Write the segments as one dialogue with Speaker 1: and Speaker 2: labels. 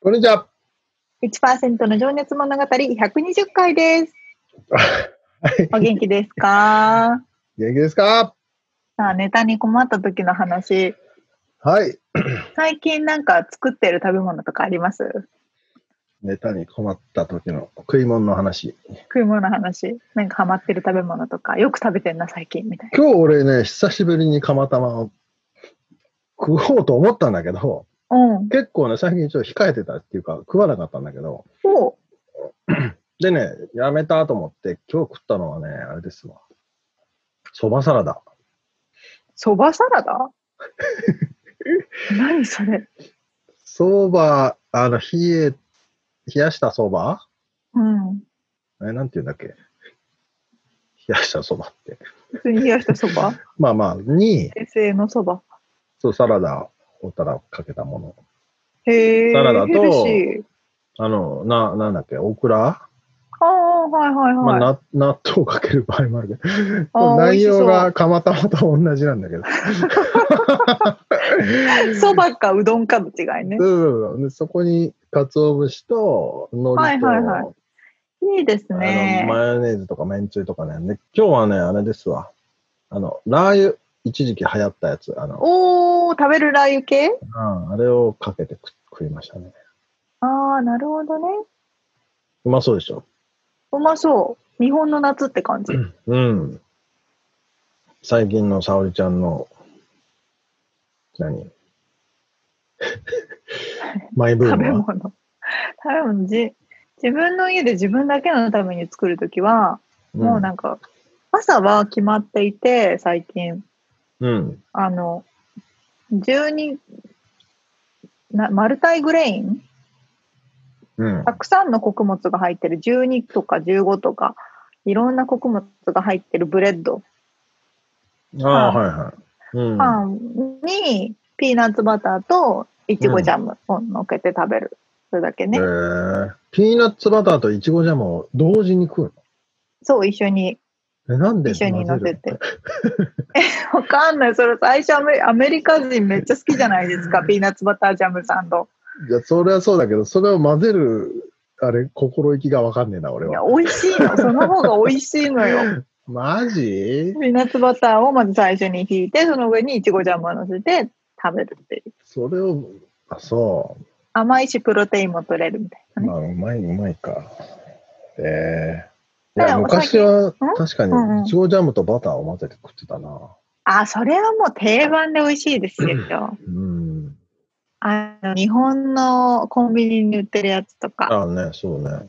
Speaker 1: こんにちは。
Speaker 2: 1%の情熱物語120回 です。お元気ですか
Speaker 1: 元気ですか
Speaker 2: さあ、ネタに困った時の話。
Speaker 1: はい。
Speaker 2: 最近なんか作ってる食べ物とかあります
Speaker 1: ネタに困った時の食い物の話。
Speaker 2: 食い物の話。なんかハマってる食べ物とか、よく食べてんな、最近、みたいな。
Speaker 1: 今日俺ね、久しぶりに釜玉を食おうと思ったんだけど、
Speaker 2: うん。
Speaker 1: 結構ね、最近ちょっと控えてたっていうか、食わなかったんだけど、
Speaker 2: おう
Speaker 1: でね、やめたと思って、今日食ったのはね、あれですわ。そばサラダ。
Speaker 2: そばサラ ダ何それ。
Speaker 1: そば、あの、冷え、冷やしたそば
Speaker 2: うん。
Speaker 1: え、なんて言うんだっけ冷やしたそばって。
Speaker 2: 普通に冷やしたそば
Speaker 1: まあまあ、に、
Speaker 2: 平成のそば。
Speaker 1: そう、サラダをたらかけたもの。
Speaker 2: へえ。
Speaker 1: サラダと
Speaker 2: ヘルシー。
Speaker 1: あの、な、なんだっけ、オクラ、
Speaker 2: ああ、はいはい
Speaker 1: ま
Speaker 2: は
Speaker 1: あ、
Speaker 2: い。
Speaker 1: な納豆かける場合もあるけ
Speaker 2: あ
Speaker 1: ど、
Speaker 2: ー
Speaker 1: 内容
Speaker 2: 美味しそ
Speaker 1: が釜玉と同じなんだけど。
Speaker 2: そばかうどんかの違いね。
Speaker 1: うん、でそこに、鰹節と、海
Speaker 2: はい
Speaker 1: 苔と、
Speaker 2: はいはいいいです
Speaker 1: あの
Speaker 2: ね。
Speaker 1: マヨネーズとかめんつゆとかね。で今日はね、あれですわ。あの、ラー油、一時期流行ったやつ、あの、
Speaker 2: おー、食べるラー油系
Speaker 1: うんあれをかけて食食いましたね。
Speaker 2: ああ、なるほどね。
Speaker 1: うまそうでしょ。
Speaker 2: うまそう。日本の夏って感じ。
Speaker 1: うん。最近の沙織ちゃんの、何 マイブー
Speaker 2: 食べ
Speaker 1: ムは
Speaker 2: 物。食べ物じ、自分の家で自分だけのために作るときは、もうなんか、朝は決まっていて、最近、
Speaker 1: うん。
Speaker 2: あの、12、なマルタイグレイン
Speaker 1: うん。
Speaker 2: たくさんの穀物が入ってる12とか15とかいろんな穀物が入ってるブレッド
Speaker 1: ああ、はいはい。うん。
Speaker 2: パンにピーナッツバターといちごジャムをのっけて食べる。それだけね。
Speaker 1: へーピーナッツバターとイチゴジャムを同時に食う
Speaker 2: そう、一緒に、
Speaker 1: のえ、なんで
Speaker 2: 一緒に乗
Speaker 1: 混
Speaker 2: せ
Speaker 1: ぜる
Speaker 2: て。 え、わかんない。それ最初アメアメリカ人めっちゃ好きじゃないですか。ピーナッツバタージャムサンド。
Speaker 1: いや、それはそうだけど、それを混ぜる、あれ、心意気がわかんねえな、俺
Speaker 2: いや
Speaker 1: は。、
Speaker 2: 美味しい の。その方が美味しいのよ。
Speaker 1: マジ
Speaker 2: ピーナッツバターをまず最初にひいて、その上にいちごジャムを乗せて食べるっていう。
Speaker 1: それを、あ、そう。
Speaker 2: 甘いし、プロテインも取れるみたいなね。
Speaker 1: まあ、うまい、うまいか。ええ
Speaker 2: だ
Speaker 1: い
Speaker 2: から
Speaker 1: や、
Speaker 2: お酒
Speaker 1: 昔は確か
Speaker 2: うんうん
Speaker 1: に、いちごジャムとバターを混ぜて食ってたな。
Speaker 2: あ、それはもう定番で美味しいですよ。
Speaker 1: うん。
Speaker 2: あの日本のコンビニに売ってるやつとか、
Speaker 1: ああね、そうね。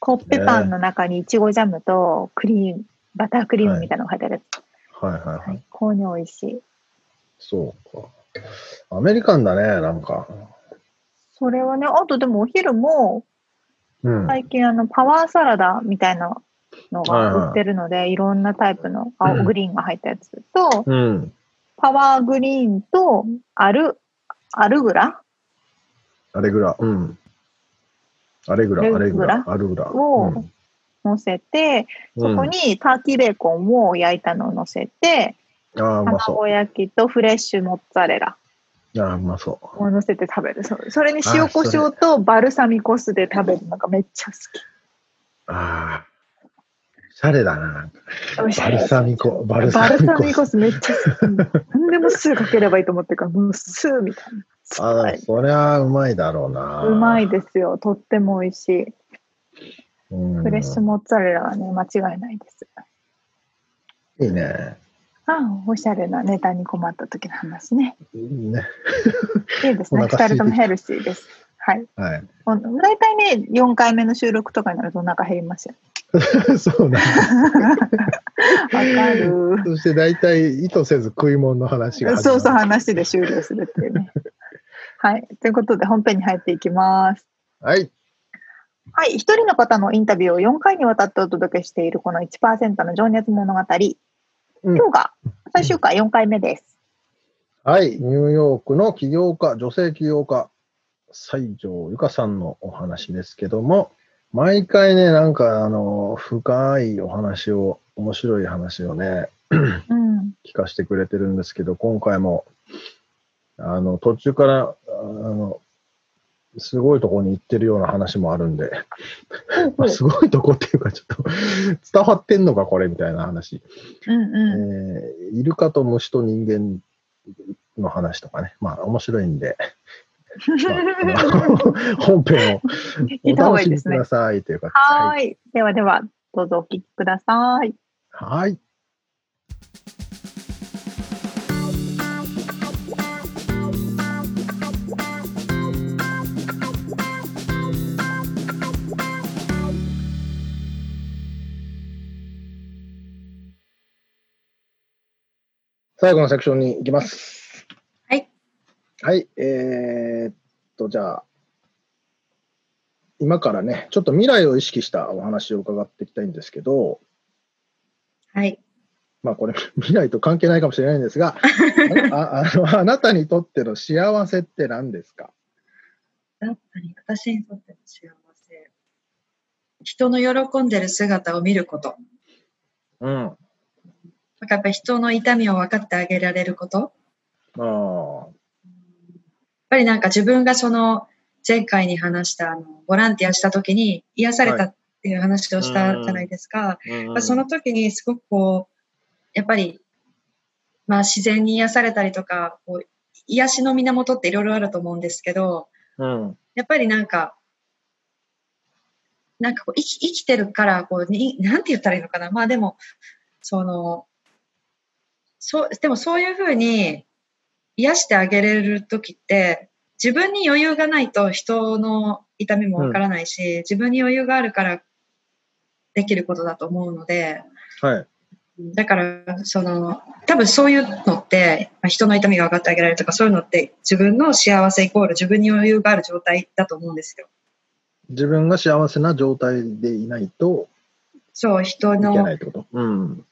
Speaker 2: コッペパンの中にいちごジャムとクリーム、バタークリームみたいなのが入ってるやつ。
Speaker 1: はいはいはい。
Speaker 2: 最高に美味しい。
Speaker 1: そうか。アメリカンだね、なんか。
Speaker 2: それはね、あとでもお昼も、
Speaker 1: うん。
Speaker 2: 最近あのパワーサラダみたいなのが売ってるので、いろんなタイプの青
Speaker 1: うん
Speaker 2: グリーンが入ったやつと、
Speaker 1: うん。
Speaker 2: パワーグリーンとアル、アルグラ
Speaker 1: アレグラ。うん。アレグラ、
Speaker 2: ア
Speaker 1: ア
Speaker 2: レ
Speaker 1: レ
Speaker 2: グ
Speaker 1: グ
Speaker 2: ラ
Speaker 1: ラ、アルグラ。
Speaker 2: を
Speaker 1: うん
Speaker 2: 乗せて、
Speaker 1: う
Speaker 2: そ
Speaker 1: ん
Speaker 2: こにターキーベーコンを焼いたのを乗せて、
Speaker 1: ああ、うまそ
Speaker 2: 卵焼きとフレッシュモッツァレラ。
Speaker 1: う。ああ、うまそう。
Speaker 2: を乗せて食べるそそれに
Speaker 1: あ
Speaker 2: 塩コショウとバルサミコ酢で食べるのがめっちゃ好
Speaker 1: ああ。シャレだな。
Speaker 2: きおいしい
Speaker 1: バルサミコ、バル
Speaker 2: バ
Speaker 1: サ
Speaker 2: ル
Speaker 1: ミ
Speaker 2: サ
Speaker 1: コ
Speaker 2: ミ。コ酢めっちゃ好き何でも酢かければいいと思ってるからもう酢みたいな
Speaker 1: ああ、
Speaker 2: 酸っ
Speaker 1: そりゃうまいだろう
Speaker 2: ぱ
Speaker 1: な。
Speaker 2: い、うまいですよとっても美味しい
Speaker 1: うん
Speaker 2: フレッシュモッツァレラはね、間違いないです。
Speaker 1: いいね。
Speaker 2: ああ、おしゃれなネタに困った時の話ね。
Speaker 1: いいね。
Speaker 2: いいです
Speaker 1: お
Speaker 2: ね。二
Speaker 1: 腹空いてきた
Speaker 2: 人ともヘルシーです。はい。
Speaker 1: はい。
Speaker 2: ほん大体ね、4回目の収録とかになるとお腹減りますよ。
Speaker 1: そうなんです
Speaker 2: わかる。
Speaker 1: そして大体意図せず食い物の話が始ま
Speaker 2: そう
Speaker 1: る。
Speaker 2: そう話で終了するっていう ね。はい。ということで本編に入っていきます。
Speaker 1: はい。
Speaker 2: はい。一人の方のインタビューを4回にわたってお届けしているこの1%の情熱物語。
Speaker 1: うん
Speaker 2: 今日が最終回4回目です。
Speaker 1: はい。ニューヨークの起業家、女性起業家、西条ゆかさんのお話ですけども、毎回ね、なんか、あの、深いお話を、面白い話をね、
Speaker 2: うん。
Speaker 1: 聞かせてくれてるんですけど、今回も、あの、途中から、あの、すごいとこに行ってるような話もあるんで、まあすごいとこっていうか、ちょっと 伝わってんのか、これみたいな話。
Speaker 2: うん
Speaker 1: え
Speaker 2: う
Speaker 1: ーイルカと虫と人間の話とかね、まあ面白い んで、まああの本編
Speaker 2: ん。
Speaker 1: を
Speaker 2: 聞
Speaker 1: お
Speaker 2: いた方が
Speaker 1: 楽
Speaker 2: いい
Speaker 1: し
Speaker 2: で
Speaker 1: み
Speaker 2: す
Speaker 1: く
Speaker 2: ね
Speaker 1: だ。さいというか、
Speaker 2: はーい。ではでは、どうぞお聞きください。
Speaker 1: はい。最後のセクションに行きます。
Speaker 3: はい。
Speaker 1: はい、えーっと、じゃあ、今からね、ちょっと未来を意識したお話を伺っていきたいんですけど、
Speaker 3: はい。
Speaker 1: まあこれ 未来と関係ないかもしれないんですが、ああ あのあなたにとっての幸せって何ですか
Speaker 4: やっぱり私にとっての幸せ。人の喜んでる姿を見ること。
Speaker 1: うん。あ
Speaker 4: なんかやっぱり人の痛みを分かってあげられること。やっ
Speaker 1: あ。
Speaker 4: ぱりなんか自分がその前回に話したあのボランティアした時に癒されたっていう話をしたじゃないですか。まあその時にすごくこう、やっぱり、まあ自然に癒されたりとか、こう癒しの源っていろいろあると思うんですけど、
Speaker 1: うん。
Speaker 4: やっぱりなんか、なんかこう生き生きてるからこうに、なんて言ったらいいのかな。まあでも、その、そう、でもそういうふうに癒してあげれる時って、自分に余裕がないと人の痛みもわからないし、自分に余裕があるからできることだと思うので、
Speaker 1: はい。
Speaker 4: だから、その、多分そういうのって、まあ人の痛みが分かってあげられるとか、そういうのって、自分の幸せイコール自分に余裕がある状態だと思うんですよ。
Speaker 1: 自分が幸せな状態でいないと
Speaker 4: そう、人
Speaker 1: いけな
Speaker 4: の、
Speaker 1: いってこと。うん。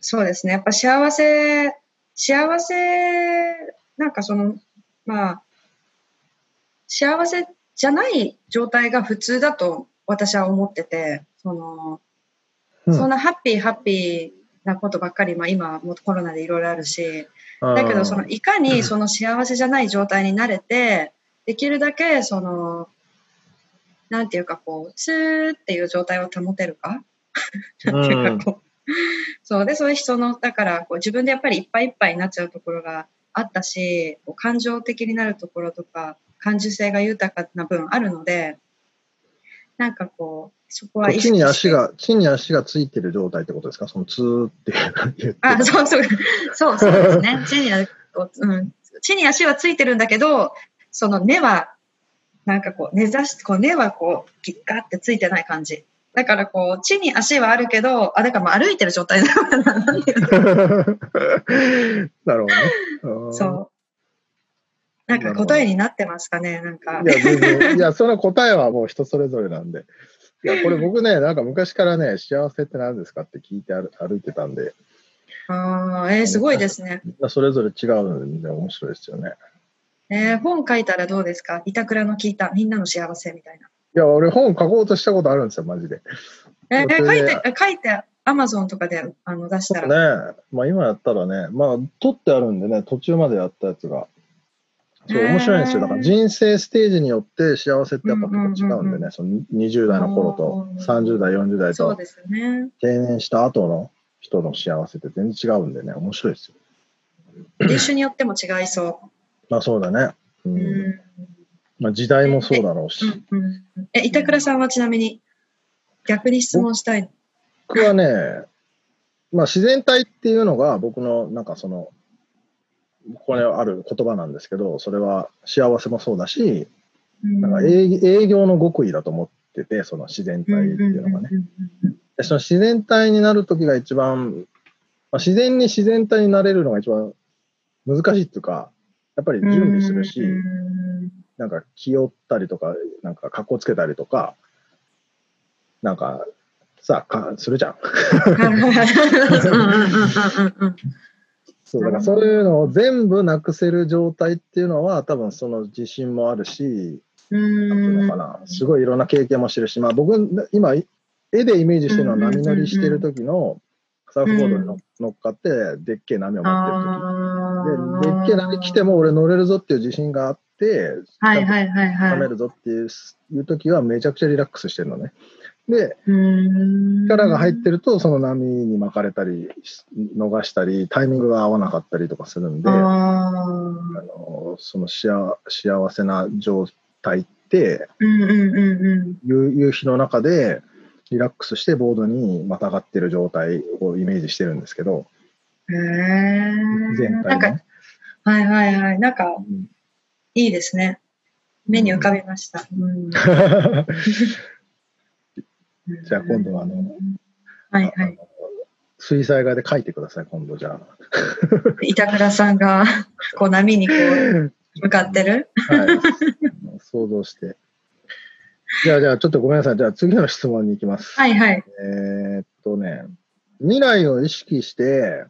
Speaker 4: そうですね。やっぱ幸せ、幸せ、なんかその、まあ、幸せじゃない状態が普通だと私は思ってて、その、
Speaker 1: うん
Speaker 4: そんなハッピーハッピーなことばっかり、まあ今、もうコロナでいろいろあるし、だけど、その、いかにその幸せじゃない状態になれて、できるだけ、その、なんていうか、こう、ツーっていう状態を保てるか、
Speaker 1: うん、
Speaker 4: っていうかこう そうで、そういう人の、だから、こう、自分でやっぱりいっぱいいっぱいになっちゃうところがあったし、こう感情的になるところとか、感受性が豊かな分あるので、なんかこう、そこは意識
Speaker 1: 地に足
Speaker 4: して。
Speaker 1: が、地に足がついてる状態ってことですかそのツーっていう感じで
Speaker 4: あ、そうそう、そうそうですね。地に足を、うん、地に足はついてるんだけど、その根は、なんかこう、根ざし、こう根はこう、ギッガってついてない感じ。だからこう、地に足はあるけど、あ、だからまあ歩いてる状態だからな、なんていうの
Speaker 1: なるほどね。ん
Speaker 4: そう。なんか答えになってますかね、なんか
Speaker 1: い。や、全然。いや、その答えはもう人それぞれなんで。いや、これ僕ね、なんか昔からね、幸せって何ですかって聞いて歩歩いてたんで、
Speaker 4: ああ、えー、すごいですね。
Speaker 1: みんなそれぞれ違うんで面白いですよね。
Speaker 4: えー、本書いたらどうですか板倉の聞いた、みんなの幸せみたいな。
Speaker 1: いや、俺本書こうとしたことあるんですよ、マジで。
Speaker 4: えー、
Speaker 1: そ
Speaker 4: 書
Speaker 1: れ
Speaker 4: い
Speaker 1: で
Speaker 4: て、書いて、アマゾンとかであの出し
Speaker 1: そ
Speaker 4: た
Speaker 1: う
Speaker 4: ら
Speaker 1: ね。。まあ今やったらね、まあ取ってあるんでね、途中までやったやつが。そう、
Speaker 4: へー
Speaker 1: 面白いんですよ。だから人生ステージによって幸せってやっぱ結構違うんで
Speaker 4: うんうんうんう
Speaker 1: ね、その20代の頃と30代、40代
Speaker 4: そ
Speaker 1: と
Speaker 4: うですね。
Speaker 1: 定年した後の人の幸せって全然違うんでね、面白いですよ。
Speaker 4: 人種によっても違いそ
Speaker 1: まあそうだね。う
Speaker 4: う。うんん。
Speaker 1: まあ、時代もそうだろうし、
Speaker 4: うんうんえ、板倉さんはちなみに逆に質問したい。
Speaker 1: 僕はね、まあ、自然体っていうのが僕のなんかその、これある言葉なんですけど、それは幸せもそうだし、
Speaker 4: うん
Speaker 1: なんか営営業の極意だと思ってて、その自然体っていうのがね。
Speaker 4: うんうんうんうん
Speaker 1: でその自然体になる時が一番、まあ、自然に自然体になれるのが一番難しいっていうか、やっぱり準備するし、
Speaker 4: うん
Speaker 1: なんか気負ったりとか、なんか格好つけたりとか、なんかさ、かするじゃん。
Speaker 4: わかるうんうんうんうんうん
Speaker 1: そうだから
Speaker 4: うん
Speaker 1: そういうのを全部なくせる状態っていうのは多分その自信もあるし、なんていうのかな、すごいいろんな経験もしてるし、まあ僕、今、絵でイメージしてるのは波乗りしてる時のサーフボードに乗乗っかって、でっけえ波を持ってる時。で、でっけえ波来て
Speaker 4: も。
Speaker 1: も俺乗れるぞっていう自信があって、
Speaker 4: はいはいはいは
Speaker 1: 掴
Speaker 4: い。
Speaker 1: めるぞっていういう時はめちゃくちゃリラックスしてるのね。で、力
Speaker 4: 力
Speaker 1: が入ってるとその波に巻かれたり、し逃したり、タイミングが合わなかったりとかするんで、
Speaker 4: あー
Speaker 1: あのその幸幸せな状態って
Speaker 4: うんうんうんうん。
Speaker 1: 夕夕日の中でリラックスしてボードにまたがってる状態をイメージしてるんですけど
Speaker 4: へ
Speaker 1: 全
Speaker 4: ーな
Speaker 1: 体
Speaker 4: ん
Speaker 1: の
Speaker 4: か
Speaker 1: ね、
Speaker 4: はいはいはい。なんか、
Speaker 1: うん
Speaker 4: いいですね。目に浮かびました。うん、じ
Speaker 1: じゃあ今度はあの、
Speaker 4: はいは
Speaker 1: あ
Speaker 4: い。
Speaker 1: の水彩画で描いてください今度じゃ
Speaker 4: 板倉さんが、こう波にこう、向かってる。
Speaker 1: あ、 はい、想像してじゃあじゃあちょっとごめんなさいじゃあ次の質問に行きます、
Speaker 4: はいはい。
Speaker 1: えーっとね、未来を意識して、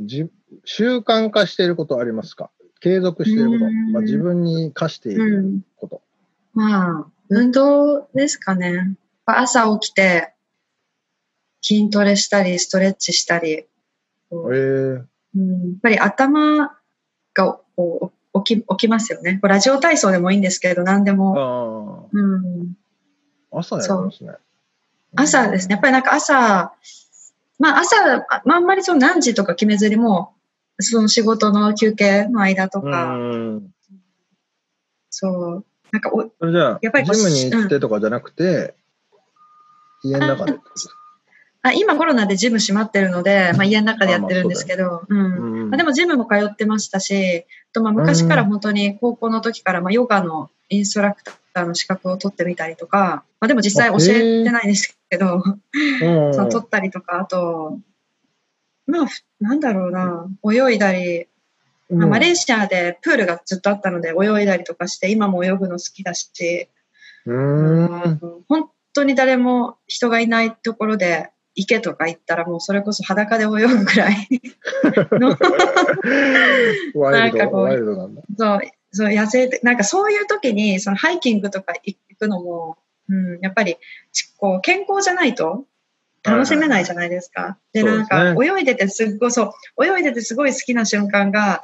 Speaker 1: じ習慣化していることありますか継続していること
Speaker 4: うーん、
Speaker 1: まあ、自分に課している
Speaker 4: うん。
Speaker 1: こと。
Speaker 4: まあ、運動ですかね。朝起きて、筋トレしたり、ストレッチしたり、こう
Speaker 1: えー
Speaker 4: うんやっぱり頭がこう起き起きますよね。こうラジオ体操でもいいんですけど、何でも。
Speaker 1: あ
Speaker 4: うん、
Speaker 1: あ、朝やるんですね。
Speaker 4: 朝ですね。やっぱりなんか朝、まあ朝、あまあ、あんまりその何時とか決めずにもう、その仕事の休憩の間と
Speaker 1: う
Speaker 4: か、
Speaker 1: ーん。
Speaker 4: そう、なんかお、
Speaker 1: それじゃ
Speaker 4: やっぱりこ
Speaker 1: あ、
Speaker 4: う
Speaker 1: ジムに行ってとかじゃなくて、家の中でってことですか。
Speaker 4: あ今コロナでジム閉まってるので、まあ、家の中でやってるんですけど、うん
Speaker 1: うん
Speaker 4: まあ、でもジムも通ってましたし、あとまあ昔から本当に高校の時からまあヨガのインストラクターの資格を取ってみたりとか、まあ、でも実際
Speaker 1: あへ
Speaker 4: 教
Speaker 1: ー
Speaker 4: えてないですけど、
Speaker 1: うんうん
Speaker 4: その取ったりとか、あと、まあ、ふなんだろうな、泳いだり、まあマレーシアでプールがずっとあったので泳いだりとかして、今も泳ぐの好きだし、
Speaker 1: うんうーん。
Speaker 4: 本当に誰も人がいないところで池とか行ったらもうそれこそ裸で泳ぐくらいの
Speaker 1: ワイル
Speaker 4: なんか
Speaker 1: ド、
Speaker 4: こう
Speaker 1: ワイルドなんだ。
Speaker 4: そうそう野生的なんかそういう時にそのハイキングとか行くのも、うん、やっぱりちこう健康じゃないと楽しめないじゃないですか。で
Speaker 1: そう
Speaker 4: な
Speaker 1: で
Speaker 4: ん
Speaker 1: すね
Speaker 4: か泳いでてすっごいそう泳いでてすごい好きな瞬間が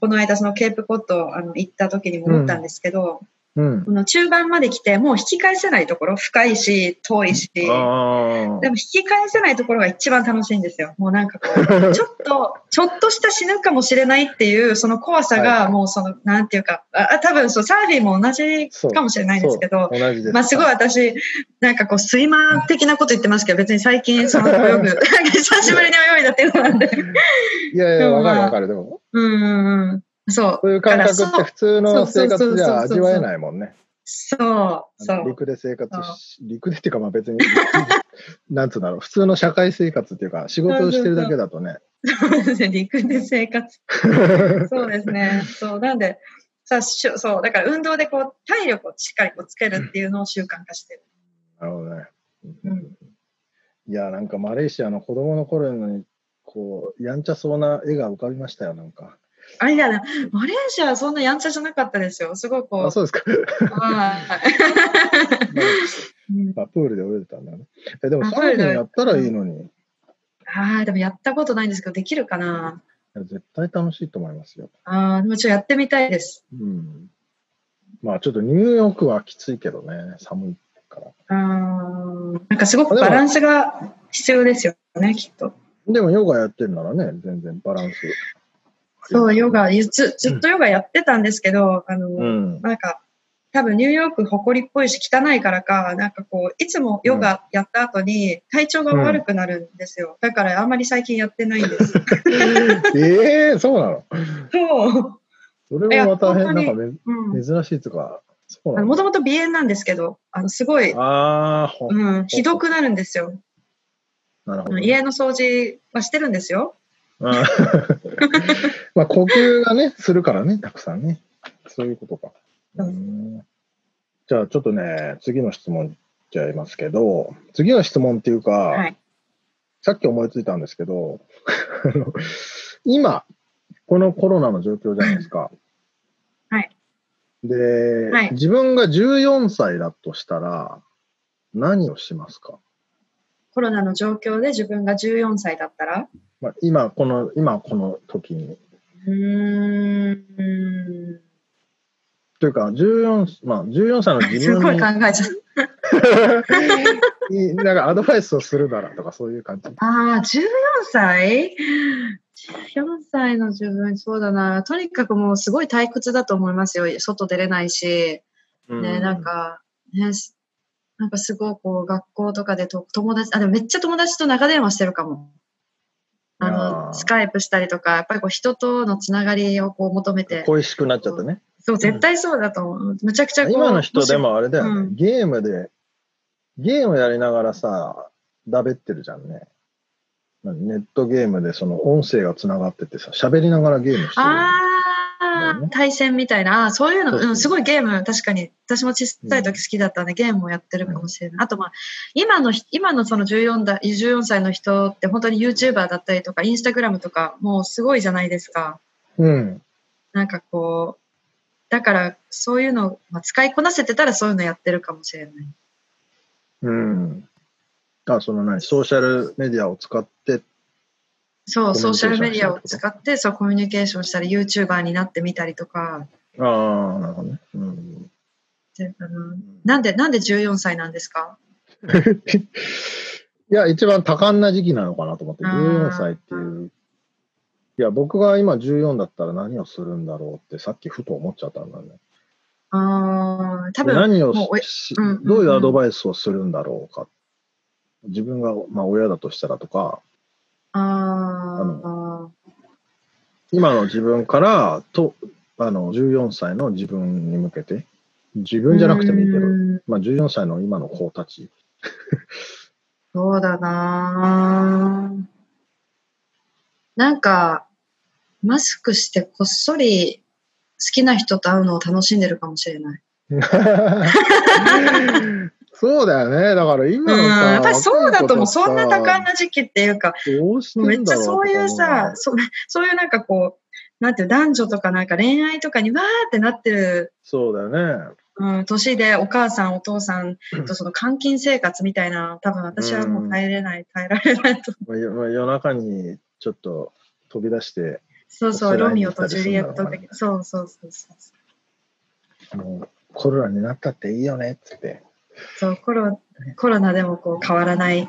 Speaker 4: この間そのケープコットあの行った時にも思ったんですけど、
Speaker 1: うん。
Speaker 4: この中盤まで来てもう引き返せないところ深いし遠いし。
Speaker 1: あ
Speaker 4: でも引き返せないところが一番楽しいんですよ。もうなんかこ う、ちょっと、ちょっとした死ぬかもしれないっていう、その怖さ
Speaker 1: はいは
Speaker 4: が、
Speaker 1: い
Speaker 4: もうその、なんていうか、ああ多分そう、サーフィンも同じかもしれないんですけ
Speaker 1: あ、
Speaker 4: ど、
Speaker 1: 同じです。
Speaker 4: まあすごい私、なんかこう、睡魔的なこと言ってますけど、別に最近、その、泳 ぐ、 久しぶりに泳いだっていうのなんで。
Speaker 1: いやい
Speaker 4: で
Speaker 1: や、
Speaker 4: も
Speaker 1: わ
Speaker 4: まあ
Speaker 1: かるわかる。でも、
Speaker 4: うんうんうん。そう。
Speaker 1: そういう感覚っ
Speaker 4: だか
Speaker 1: て
Speaker 4: らそう
Speaker 1: 普通の生
Speaker 4: そうそ
Speaker 1: 活
Speaker 4: う
Speaker 1: じ
Speaker 4: そうそう
Speaker 1: ゃ味わえないもんね。
Speaker 4: そう、そ
Speaker 1: あの
Speaker 4: う。
Speaker 1: 陸で生活し、陸でっていうか、まあ別に、 なんつうんだろう、普通の社会生活っていうか、仕事をしてるだけだとね。
Speaker 4: 陸で生活そうですね。そう。なんで、さしゅそう、だから運動でこう、体力をしっかりこうつけるっていうのを習慣化してる。
Speaker 1: なるほどね。
Speaker 4: う
Speaker 1: い
Speaker 4: ん。
Speaker 1: や、なんかマレーシアの子供の頃に、こう、やんちゃそうな絵が浮かびましたよ、なんか。
Speaker 4: あれいや、でもマレーシアはそんなやんちゃじゃなかったですよ。すごいこ
Speaker 1: あ、
Speaker 4: う。
Speaker 1: そうです か。
Speaker 4: はい。うん
Speaker 1: まあ、プールで泳いでたんだね。え、でも
Speaker 4: あ
Speaker 1: サーフィンやったらいいのに、い
Speaker 4: ああ、でもやったことないんですけど、できるかな。
Speaker 1: や絶対楽しいと思いますよ。
Speaker 4: ああ、でもちょっとやってみたいです。
Speaker 1: うん。まあ、ちょっとニューヨークはきついけどね、寒いから。
Speaker 4: あーなんかすごくバランスが必要ですよね、きっと。
Speaker 1: でもヨガやってるならね、全然バランス。
Speaker 4: そう、ヨガ、ゆずずっとヨガやってたんですけど、あの、
Speaker 1: うん。
Speaker 4: なんか、多分ニューヨーク埃っぽいし汚いからか、なんかこう、いつもヨガやった後に体調が悪くなるんですよ。だからあんまり最近やってないんです。
Speaker 1: ええそうなの
Speaker 4: そう。
Speaker 1: それもまた
Speaker 4: いや
Speaker 1: 変、
Speaker 4: 本当
Speaker 1: なん
Speaker 4: に
Speaker 1: かめ
Speaker 4: うん。
Speaker 1: 珍しいとか、そう
Speaker 4: あ
Speaker 1: なの
Speaker 4: のもともと鼻炎なんですけど、あの、すごい、
Speaker 1: ああ、ほ
Speaker 4: うん、ひどくなるんですよ。
Speaker 1: なるほ
Speaker 4: あの
Speaker 1: ど。
Speaker 4: 家の掃除はしてるんですよ。
Speaker 1: あーまあ、呼吸がね、するからね、たくさんね。そういうことか。
Speaker 4: う
Speaker 1: うんじゃあ、ちょっとね、次の質問じゃあいますけど、次の質問っていうか、
Speaker 4: はい。
Speaker 1: さっき思いついたんですけど、 あの今、このコロナの状況じゃないですか。
Speaker 4: はい。
Speaker 1: で、
Speaker 4: はい
Speaker 1: 自分が14歳だとしたら、何をしますか、
Speaker 4: コロナの状況で自分が14歳だったら、
Speaker 1: まあ、今、この、今、この時に。
Speaker 4: うーん。
Speaker 1: というか、14、まあ、14歳の自
Speaker 4: すご
Speaker 1: 分
Speaker 4: い
Speaker 1: に
Speaker 4: 考えちゃっ
Speaker 1: に、なんかアドバイスをするならとか、そういう感じ。
Speaker 4: た。ああ、14歳 ?14 歳の自分、そうだな。とにかくもうすごい退屈だと思いますよ。外出れないし、
Speaker 1: う
Speaker 4: ね、なん、か、ね、すなんかすごいこう、学校とかでと友達、あ、でもめっちゃ友達と長電話してるかも。あ
Speaker 1: あー
Speaker 4: の、スカイプしたりとか、やっぱりこう、人とのつながりをこう、求めて。
Speaker 1: 恋しくなっちゃったね。
Speaker 4: そう、絶対そうだと思う。むちゃくちゃこう
Speaker 1: 今の人で。もあれだよね、
Speaker 4: うん
Speaker 1: ゲームで、ゲームやりながらさ、だべってるじゃんね。何ネットゲームでその音声がつながっててさ、喋りながらゲームしてる。
Speaker 4: あ
Speaker 1: だよ
Speaker 4: あ
Speaker 1: ね、
Speaker 4: 対戦みたいな。あーそういうの、
Speaker 1: そうそう
Speaker 4: うん、すごいゲーム、確かに。私も小さい時好きだったんで、ゲームをやってるかもしれない。あと、まあ、今の、今のその14だ、14歳の人って本当に YouTuber だったりとか、インスタグラムとか、もうすごいじゃないですか。
Speaker 1: うん。
Speaker 4: なんかこう、だから、そういうの、まあ、使いこなせてたらそういうのやってるかもしれない。
Speaker 1: うん。あ、その何、ソーシャルメディアを使って、
Speaker 4: そう、
Speaker 1: コミュニケーション
Speaker 4: ソーシャルメディアを
Speaker 1: したり
Speaker 4: 使って、そう、コミュニケーションしたり、YouTuber になってみたりとか、
Speaker 1: ああ、なるほどね。うん。
Speaker 4: であのなんで、なんで14歳なんですか
Speaker 1: いや、一番多感な時期なのかなと思って、
Speaker 4: あー
Speaker 1: 14歳っていう。いや、僕が今14だったら何をするんだろうって、さっきふと思っちゃったんだね。
Speaker 4: ああ、多分、
Speaker 1: 何を
Speaker 4: もうお
Speaker 1: し
Speaker 4: うんうんうん
Speaker 1: どういうアドバイスをするんだろうか。自分が、まあ、親だとしたらとか、
Speaker 4: ああ
Speaker 1: の、今の自分からとあの14歳の自分に向けて、自分じゃなくてもいいけど、
Speaker 4: うん
Speaker 1: まあ、14歳の今の子たち、
Speaker 4: そうだなー。なんか、マスクしてこっそり好きな人と会うのを楽しんでるかもしれない。
Speaker 1: そうだよね、だから
Speaker 4: う
Speaker 1: 今
Speaker 4: ん、
Speaker 1: のさ、
Speaker 4: やっぱりそうだと思う。そんな多
Speaker 1: 高
Speaker 4: 感な時期っていうか、
Speaker 1: どうしてんだろ
Speaker 4: め
Speaker 1: う
Speaker 4: っちゃそういうさ、そそういうなんかこう、なんていう、男女とかなんか恋愛とかにわーってなってる
Speaker 1: そうだよね。
Speaker 4: うん、年でお母さん、お父さんとその監禁生活みたいな、多分私はもう耐えれない、耐えられないと。
Speaker 1: まあよまあ夜中にちょっと飛び出して、
Speaker 4: そうそ、
Speaker 1: そうれは
Speaker 4: ロミオと
Speaker 1: いい
Speaker 4: ジュリエット
Speaker 1: いい
Speaker 4: 的。そうそうそうそう。
Speaker 1: もうコロナになったっていいよねっつって。
Speaker 4: そうコロコロナでもこう変わらない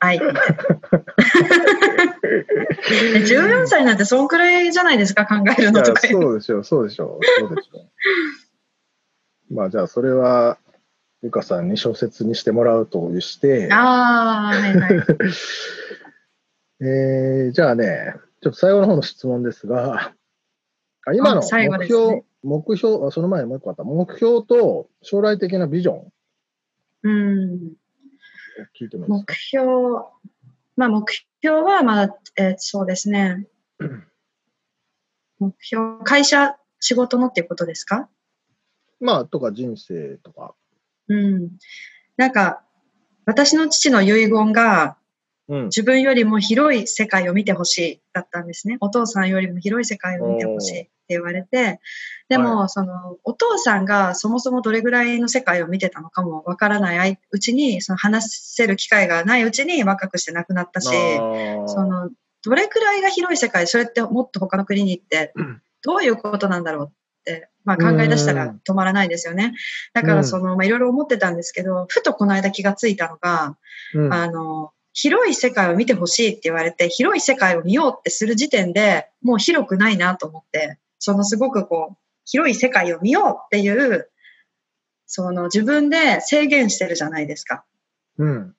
Speaker 4: 愛。14歳なんてそんくらいじゃないですか、考える
Speaker 1: い
Speaker 4: の
Speaker 1: や
Speaker 4: とか。
Speaker 1: そうでしょう、そうでしょう、そうでしょう。 まあじゃあそれは、ゆかさんに小説にしてもらうとして、
Speaker 4: ああ、はいはい。
Speaker 1: えー、じゃあね、ちょっと最後の方の質問ですが、あ今の
Speaker 4: あ
Speaker 1: 目
Speaker 4: 最後
Speaker 1: 標、
Speaker 4: ですね
Speaker 1: 目標、あその前にもう一個あった、目標と将来的なビジョンを
Speaker 4: うん
Speaker 1: 聞いてもいいです
Speaker 4: 目
Speaker 1: か
Speaker 4: 標、まあ、目標は、まあえーそうですね。目標、会社、仕事のっていうことですか
Speaker 1: まあ、とか人生とか。
Speaker 4: うん。なんか、私の父の遺言が、
Speaker 1: うん。
Speaker 4: 自分よりも広い世界を見てほしいだったんですね。お父さんよりも広い世界を見てほしいって言われて、でも、その、お父さんがそもそもどれぐらいの世界を見てたのかもわからないうちに、その話せる機会がないうちに若くして亡くなったし、そ
Speaker 1: あ
Speaker 4: のどれくらいが広い世界それってもっと他の国に行ってどういうことなんだろうって、まあ、考え出した
Speaker 1: う
Speaker 4: ら
Speaker 1: ん
Speaker 4: 止まらないですよねだか
Speaker 1: う
Speaker 4: ら
Speaker 1: ん
Speaker 4: そのまあいろいろ思ってたんですけどふとこの間気がついたのが、
Speaker 1: うん
Speaker 4: あの広い世界を見てほしいって言われて広い世界を見ようってする時点でもう広くないなと思ってそのすごくこう広い世界を見ようっていうその自分で制限してるじゃないですか。
Speaker 1: うん。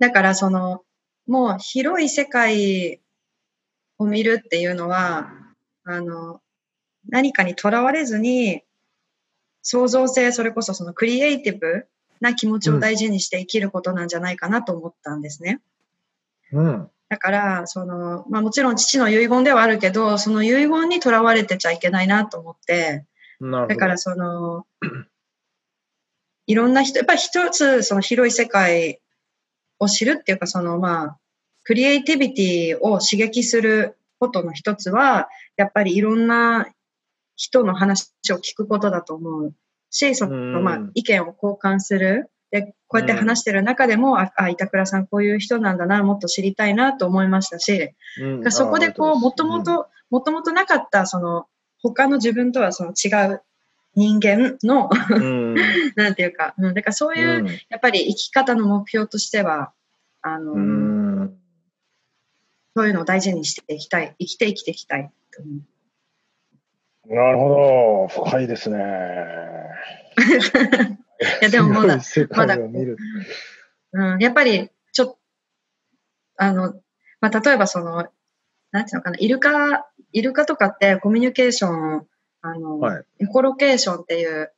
Speaker 4: だからその、もう広い世界を見るっていうのは、あの、何かにとらわれずに、創造性、それこそそのクリエイティブな気持ちを大事にして生きることなんじゃないかなと思ったんですね。
Speaker 1: うん。
Speaker 4: だから、その、まあもちろん父の遺言ではあるけど、その遺言にとらわれてちゃいけないなと思って、
Speaker 1: なるほど。
Speaker 4: だからその、 いろんな人、やっぱり一つその広い世界を知るっていうか、そのまあ、クリエイティビティを刺激することの一つは、やっぱりいろんな人の話を聞くことだと思うし、その
Speaker 1: うん
Speaker 4: まあ、意見を交換する。で、こうやって話してる中でも、あ、あ板倉さんこういう人なんだな、もっと知りたいなと思いましたし、
Speaker 1: うん、
Speaker 4: がそこでこう、もとも
Speaker 1: あ
Speaker 4: と、もともとなかった、その、他の自分とはその違う人間の、
Speaker 1: りがとうございます、うん。
Speaker 4: なんていうか、うん、だからそういう、やっぱり生き方の目標としては、あの、
Speaker 1: うん。うん
Speaker 4: そういうのを大事にしていきたい、生きて生きていきたいと思う。
Speaker 1: なるほど。深いですね。
Speaker 4: いや、でもまだ、
Speaker 1: すごい世界を見る。
Speaker 4: うん、やっぱり、ちょっと、あの、まあ、例えばその、なんていうのかな、イルカ、イルカとかってコミュニケーションを、あの、
Speaker 1: はい。
Speaker 4: エコロケーションっていう、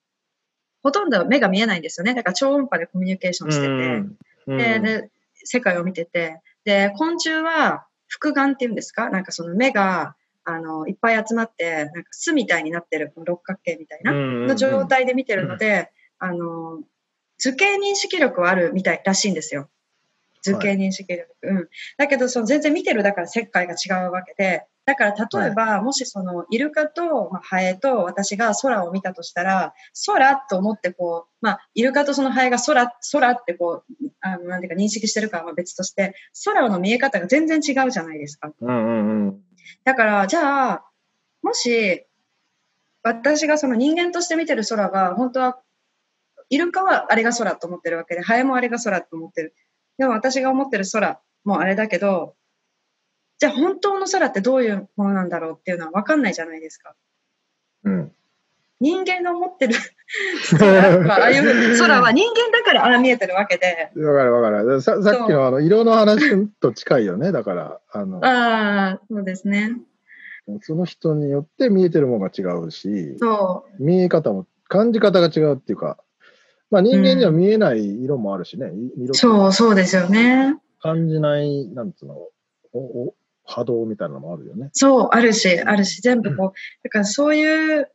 Speaker 4: ほとんど目が見えないんですよね。だから超音波でコミュニケーションしてて、
Speaker 1: うん
Speaker 4: でで世界を見ててで昆虫は複眼っていうんですかなんかその目があのいっぱい集まってなんか巣みたいになってるこの六角形みたいなの状。態で見てるので、あの図形認識力はあるみたいらしいんですよ図形認識力、うん、だけどその全然見てるだから世界が違うわけでだから例えば、もしそのイルカと、まあ、ハエと私が空を見たとしたら空と思ってこう、まあ、イルカとそのハエが空空ってこうあのなんていうか認識してるかはまあ別として空の見え方が全然違うじゃないですか。
Speaker 1: うんうんうん。
Speaker 4: だから、じゃあ、もし、私がその人間として見てる空が、本当は、イルカはあれが空と思ってるわけで、ハエもあれが空と思ってる。でも私が思ってる空もあれだけど、じゃあ本当の空ってどういうものなんだろうっていうのは分かんないじゃないですか。
Speaker 1: うん。
Speaker 4: 人間の思ってる空は、ああいう空は人間だからああ見えてるわけで、
Speaker 1: わかるわかる。ささっきのあの色の話と近いよね。だから、あの、
Speaker 4: ああ、そうですね。
Speaker 1: その人によって見えてるものが違うし、
Speaker 4: そう、
Speaker 1: 見え方も、感じ方が違うっていうか、まあ人間には見えない色もあるしね。い色
Speaker 4: そう、そうですよね。
Speaker 1: 感じない、なんつうの、おお波動みたいなのもあるよね。
Speaker 4: そう、あるし、あるし、全部こう、だからそういう、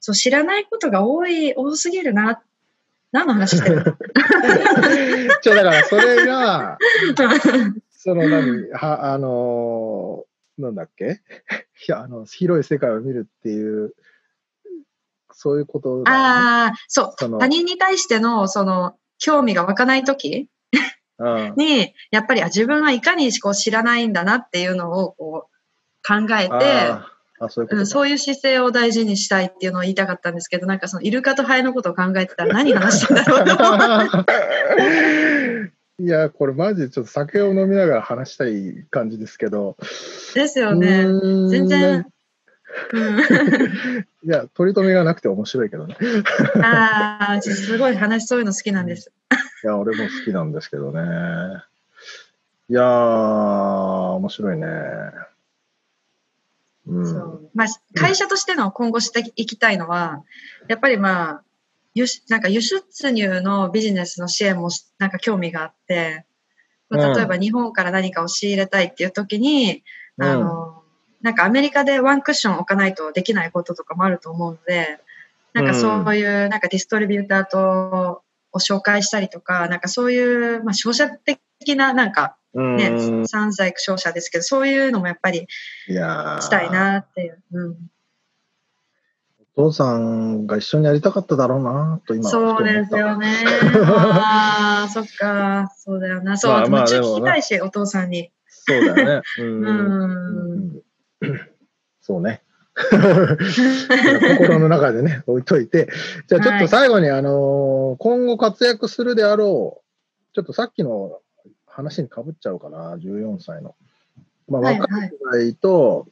Speaker 4: そう、知らないことが多い、多すぎるな。何の話してる の
Speaker 1: じゃだからそれが、その何、は、あのーなんだっけ いや、あの、広い世界を見るっていう、そういうことだよね、
Speaker 4: ああ、そ、
Speaker 1: そうの
Speaker 4: 他人に対しての、その、興味が湧かない時
Speaker 1: うん
Speaker 4: に、やっぱり、あ、自分はいかにこう知らないんだなっていうのを、こう、考えて、
Speaker 1: あーあ、そういうこ
Speaker 4: う
Speaker 1: と
Speaker 4: ん、
Speaker 1: か。
Speaker 4: そういう姿勢を大事にしたいっていうのを言いたかったんですけど、なんかそのイルカとハエのことを考えてたら何話してん だろうと思って
Speaker 1: いや、これマジでちょっと酒を飲みながら話したい感じですけど。
Speaker 4: ですよね。
Speaker 1: うーん
Speaker 4: 全然。うん
Speaker 1: いや、取り留めがなくて面白いけどね。
Speaker 4: ああ、すごい話そういうの好きなんです。
Speaker 1: いや、俺も好きなんですけどね。いやー、面白いね。うん。
Speaker 4: そううまあ、会社としての今後していきたいのは、やっぱりまあ、輸出なんか輸出入のビジネスの支援もしなんか興味があって、まあ
Speaker 1: うん
Speaker 4: 例えば日本から何かを仕入れたいっていう時に、
Speaker 1: うん
Speaker 4: あの、なんかアメリカでワンクッション置かないとできないこととかもあると思うので、なんかそういうなんかディストリビューターとを紹介したりとか、なんかそういう、まあ、商社的ななんかね、
Speaker 1: ん
Speaker 4: 3歳商社ですけど、そういうのもやっぱり
Speaker 1: いやー
Speaker 4: したいなっていう。うん
Speaker 1: お父さんが一緒にやりたかっただろうなと今
Speaker 4: そうですよね。ああ、そっか。そうだよな。そう、
Speaker 1: まあまあ
Speaker 4: 夢中
Speaker 1: でもな
Speaker 4: 聞きたいし、お父さんに。
Speaker 1: ふと思ったそうだよ ね。う。
Speaker 4: うん。
Speaker 1: うんんそうね。 心の中でね、置いといて。じゃあちょっと最後に、あのー今後活躍するであろう、ちょっとさっきの話にかぶっちゃうかな、14歳の。まあ、
Speaker 4: はい
Speaker 1: 若い世代と、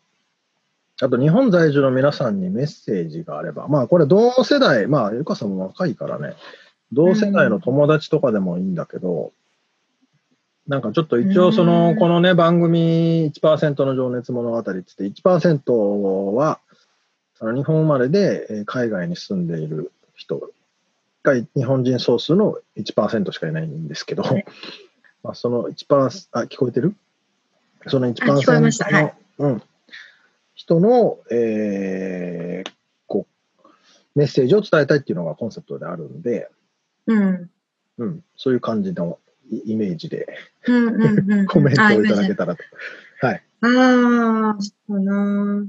Speaker 1: あと、日本在住の皆さんにメッセージがあれば、まあ、これ、同世代、まあ、ゆかさんも若いからね、同世代の友達とかでもいいんだけど、なんかちょっと一応、その、このね、番組1%の情熱物語ってって、1%は、あの日本生まれでえー海外に住んでいる人が日本人総数の1%しかいないんですけど、
Speaker 4: はい
Speaker 1: まあその1%、あ、聞こえてるその1%の、
Speaker 4: 聞こえましたはい
Speaker 1: うん、人の、えーこう、メッセージを伝えたいっていうのがコンセプトであるんで、
Speaker 4: うん。
Speaker 1: うん、そういう感じのイイメージで
Speaker 4: うんうんうん。
Speaker 1: コメント
Speaker 4: あ
Speaker 1: をいただ
Speaker 4: イメージ
Speaker 1: けたらと。はい。
Speaker 4: ああ、そうだな。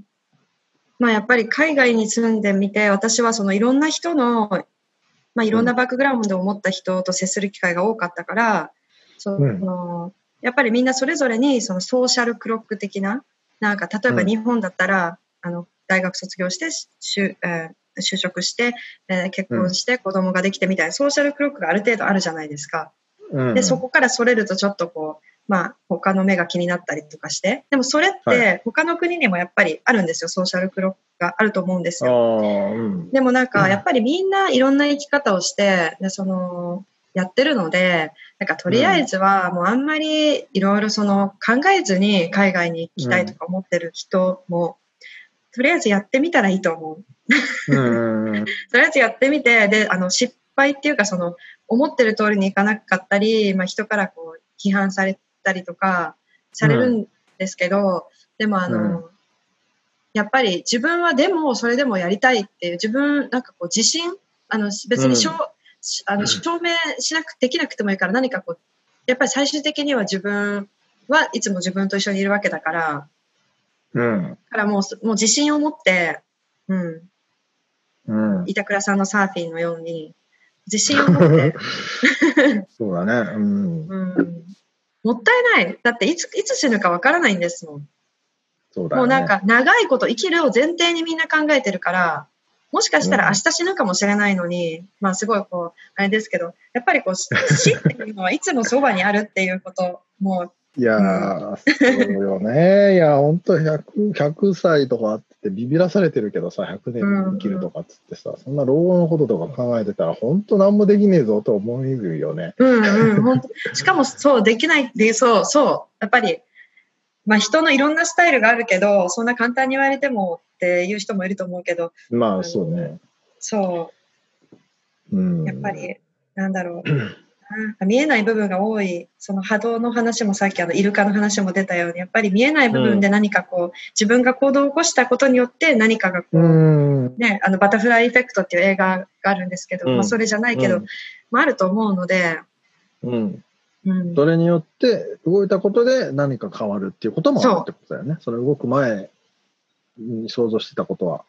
Speaker 4: まあやっぱり海外に住んでみて、私はそのいろんな人の、まあいろんなバックグラウンドを持った人と接する機会が多かったから、そ
Speaker 1: うん
Speaker 4: の、やっぱりみんなそれぞれにそのソーシャルクロック的な、なんか例えば
Speaker 1: うん
Speaker 4: 日本だったら、あの、大学卒業して、し就、えー就職して、えー結婚して子供ができてみたいな、ソーシャルクロックがある程度あるじゃないですか。
Speaker 1: うん
Speaker 4: で、そこからそれるとちょっとこう、まあ、他の目が気になったりとかして、でもそれって他の国にもやっぱりあるんですよ、ソーシャルクロックがあると思うんです
Speaker 1: ああ
Speaker 4: よ。、
Speaker 1: うん。
Speaker 4: でもなん
Speaker 1: う
Speaker 4: か、
Speaker 1: ん
Speaker 4: やっぱりみんないろんな生き方をして、でその、やってるので、なんかとりあえずはもうあんまりいろいろその考えずに海外に行きたいとか思ってる人も、とりあえずやってみたらいいと思う。
Speaker 1: うん。
Speaker 4: とりあえずやってみて、で、あの、失敗っていうか、その、思ってる通りにいかなかったり、まあ、人からこう、批判されたりとか、されるんですけど、でも、あの、
Speaker 1: う
Speaker 4: やっぱり自分はでも、それでもやりたいっていう、自分、なんかこう、自信、あの、別にしょう、しあ
Speaker 1: う
Speaker 4: の
Speaker 1: ん
Speaker 4: 証明しなく、できなくてもいいから、何かこう、やっぱり最終的には自分はいつも自分と一緒にいるわけだから、
Speaker 1: うん。
Speaker 4: だからもうそ、もう自信を持って、うん、
Speaker 1: うん。
Speaker 4: 板倉さんのサーフィンのように自信を持って、
Speaker 1: そうだね。うん。
Speaker 4: うん、もったいないだっていついつ死ぬかわからないんですもん、
Speaker 1: そうだ
Speaker 4: も
Speaker 1: よ
Speaker 4: う
Speaker 1: ね。
Speaker 4: なんか長いこと生きるを前提にみんな考えてるからもしかしたら
Speaker 1: うん
Speaker 4: 明日死ぬかもしれないのに、まあすごいこうあれですけどやっぱりこう死っていうのはいつもそばにあるっていうこともう
Speaker 1: いやー、そうよね。いや、ほんと100、100歳とかあってビビらされてるけどさ、100年生きるとかっつってさ、そんな老後のこととか考えてたら、ほんと何もできねえぞと思いるよね。
Speaker 4: うんうん、本当。しかも、そう、できないで、そう、そう。やっぱり、まあ人のいろんなスタイルがあるけど、そんな簡単に言われてもっていう人もいると思うけど、
Speaker 1: まあ、そうね。
Speaker 4: そうう、
Speaker 1: ん。
Speaker 4: やっぱ。り、なんだろう。なんか見えない部分が多い、その波動の話もさっきあのイルカの話も出たように、やっぱり見えない部分で何かこう、自分が行動を起こしたことによって何かがこう、
Speaker 1: うん。
Speaker 4: ね、あのバタフライエフェクトっていう映画があるんですけど、
Speaker 1: うん
Speaker 4: まあそれじゃないけど、まああると思うので、
Speaker 1: うん。うん。
Speaker 4: うん、
Speaker 1: それによって、動いたことで何か変わるっていうこともあるってことだよね。その動く前に想像してたことは、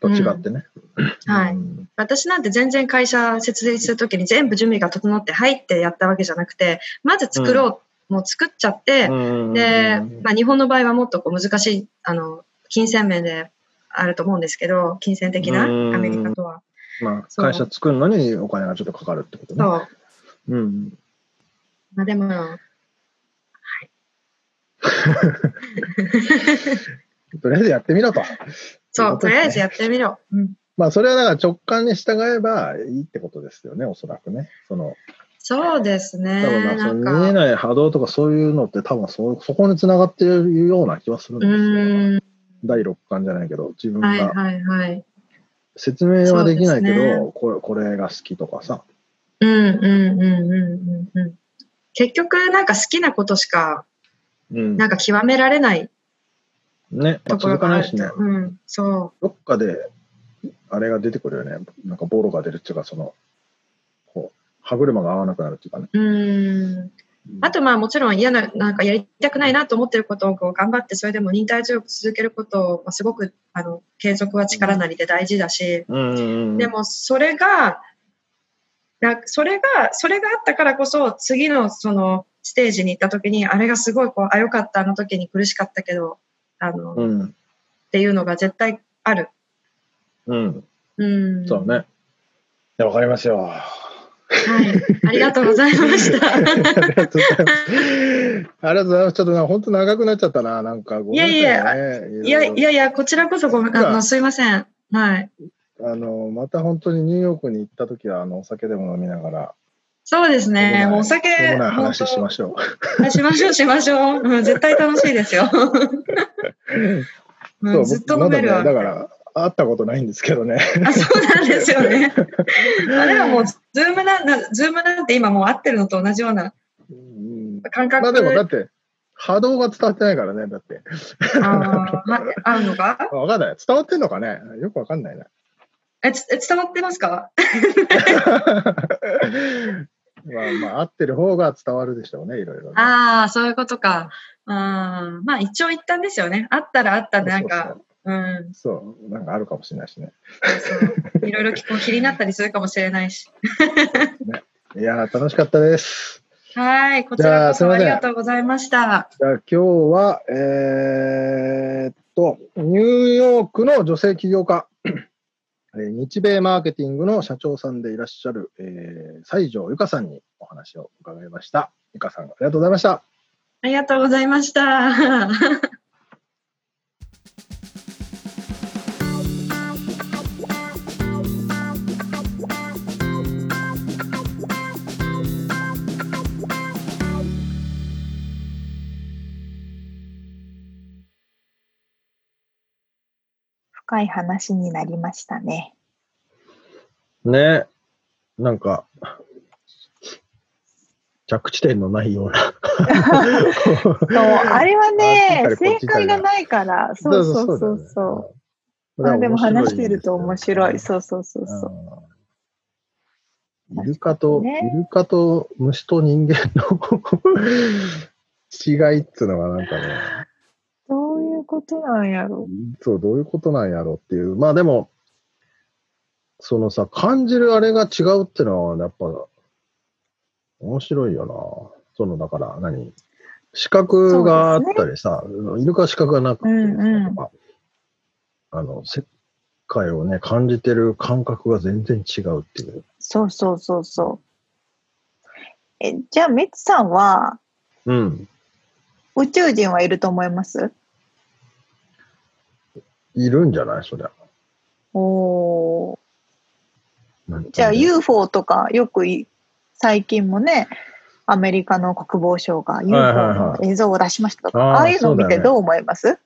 Speaker 1: と違ってね。
Speaker 4: うんはい
Speaker 1: うん
Speaker 4: 私なんて全然会社設立するときに全部準備が整って入ってやったわけじゃなくて、まず作ろう、もう作っちゃって、
Speaker 1: うん
Speaker 4: で、まあ、日本の場合はもっとこう難しい、あの、金銭面であると思うんですけど、金銭的な、
Speaker 1: うん
Speaker 4: アメリカとは。
Speaker 1: まあ、
Speaker 4: そう
Speaker 1: 会社作るのにお金がちょっとかかるってことね。
Speaker 4: そう。
Speaker 1: うん。
Speaker 4: まあ、でも、は
Speaker 1: とりあえずやってみろと。
Speaker 4: そ
Speaker 1: そういう
Speaker 4: う、
Speaker 1: こと
Speaker 4: と
Speaker 1: ですね
Speaker 4: りあえずやってみろ。うん、
Speaker 1: まあ、それはだから直感に従えばいいってことですよね、おそらくね。その、
Speaker 4: そうです
Speaker 1: 多分
Speaker 4: ね。
Speaker 1: まあ
Speaker 4: な
Speaker 1: そ
Speaker 4: ん
Speaker 1: の見え
Speaker 4: か、
Speaker 1: ない波動とかそういうのって多分そそこに繋がっているような気はするんで
Speaker 4: う
Speaker 1: すよ。
Speaker 4: ーん、
Speaker 1: 第六感じゃないけど、自分
Speaker 4: はい
Speaker 1: が
Speaker 4: はいはい。
Speaker 1: 説明はできないけ
Speaker 4: そうです
Speaker 1: ど、これこれが好きとかさ。
Speaker 4: うんうんうんうんうんうん。結局、なんか好きなことしか、
Speaker 1: うん。
Speaker 4: なんか極められない
Speaker 1: ね、まあ、
Speaker 4: ところ
Speaker 1: 続か
Speaker 4: が
Speaker 1: な
Speaker 4: あ
Speaker 1: い
Speaker 4: る
Speaker 1: し
Speaker 4: と。
Speaker 1: ね。
Speaker 4: うん、そ
Speaker 1: どっかで、あれが出てくるよね。なんかボロが出るっていうか、その、こう、歯車が合わなくなるっていうかね。
Speaker 4: う。うん。あとまあもちろん嫌な、なんかやりたくないなと思ってることをこう頑張って、それでも忍耐強く続けることを、まあ、すごく、あの、継続は力なりで大事だし、
Speaker 1: うんうんうん、
Speaker 4: でもそれが、なんかそれが、それがあったからこそ、次のそのステージに行った時に、あれがすごいこう、あ、よかった、あの時に苦しかったけど、あの、
Speaker 1: う
Speaker 4: っ
Speaker 1: ん、
Speaker 4: ていうのが絶対ある。
Speaker 1: うん、
Speaker 4: うん。
Speaker 1: そうね。いや、わかりますよ。
Speaker 4: はい。ありがとうござい ました。
Speaker 1: ありがとうございます。ありがとうございます。ちょっとなんか本当長くなっちゃったな、なんかごめんなさい、ね。
Speaker 4: いやいやい
Speaker 1: や。
Speaker 4: やいや、こちらこそごめん、あの、すいません。はい。
Speaker 1: あの、また本当にニューヨークに行った時は、あの、お酒でも飲みながら、
Speaker 4: そうですね。もうお酒、
Speaker 1: しょうもない
Speaker 4: 本
Speaker 1: 話
Speaker 4: 当
Speaker 1: しましょ
Speaker 4: あしましょう、しましょう。うん、絶対楽しいです よ。
Speaker 1: う。
Speaker 4: うん、ずっと飲める
Speaker 1: な
Speaker 4: わ
Speaker 1: んだ,、。ね、だから、会ったことないんですけど ね。
Speaker 4: あ、そうなんですよね。まあでももう、ズームなんな、ズームなんて今もう合ってるのと同じような
Speaker 1: うん
Speaker 4: 感
Speaker 1: まあ
Speaker 4: 覚
Speaker 1: でも、だって、波動が伝わってないからね、だって。
Speaker 4: あーま合うのか
Speaker 1: わかんない。伝わってんのかねよくわかんない な。
Speaker 4: えつえ伝わってますか
Speaker 1: まあまあ、合ってる方が伝わるでしょうね、いろいろね、
Speaker 4: ああ、そういうことか。うん、まあ一長一短ですよね。あったらあったで、なんか、うん、
Speaker 1: そうそう。そう、なんかあるかもしれないしね。
Speaker 4: そういろいろこう気になったりするかもしれないし。
Speaker 1: いやー、楽しかったです。
Speaker 4: はい、こち
Speaker 1: じゃあ
Speaker 4: らこ
Speaker 1: すい
Speaker 4: そ
Speaker 1: ま
Speaker 4: あ
Speaker 1: せん
Speaker 4: りがとうございました。
Speaker 1: じゃあ今日は、えーっと、ニューヨークの女性起業家、 えー日米マーケティングの社長さんでいらっしゃる、えー西条由香さんにお話を伺いました。由香さん、ありがとうございました。
Speaker 4: ありがとうございました。
Speaker 2: 深い話になりましたね。
Speaker 1: ねなんか、着地点のないような。
Speaker 2: そう、あれはね
Speaker 1: あっち行
Speaker 2: 正
Speaker 1: ったり、こっち行ったり
Speaker 2: 解
Speaker 1: だ
Speaker 2: がないから、そうそう そうそう。まあでも話してると面白い。
Speaker 1: う
Speaker 2: そうそうそうそう。
Speaker 1: うん。イルカと、
Speaker 2: 確かにね
Speaker 1: イルカと虫と人間の 違いっつうのがなんかね、
Speaker 2: どういうことなんやろ
Speaker 1: そう、どういうことなんやろっていう。まあでも、そのさ、感じるあれが違うってのは、やっぱ、面白いよな。その、だから何、視覚があったりさ、イルカは視覚がなくてさ、
Speaker 2: うんうん
Speaker 1: とかあの、世界をね、感じてる感覚が全然違うっていう。
Speaker 2: そうそうそうそう。え、じゃあ、メツさんは
Speaker 1: うん。
Speaker 2: 宇宙人はいると思います
Speaker 1: いるんじゃないそりゃ。
Speaker 2: おー。
Speaker 1: なん
Speaker 2: じゃあ、
Speaker 1: なんで
Speaker 2: UFO とかよくい最近もね、アメリカの国防省が UFO
Speaker 1: はいはいは
Speaker 2: の映像を出しましたとか、
Speaker 1: あー
Speaker 2: ああいうのを見て
Speaker 1: そうだよね
Speaker 2: どう思います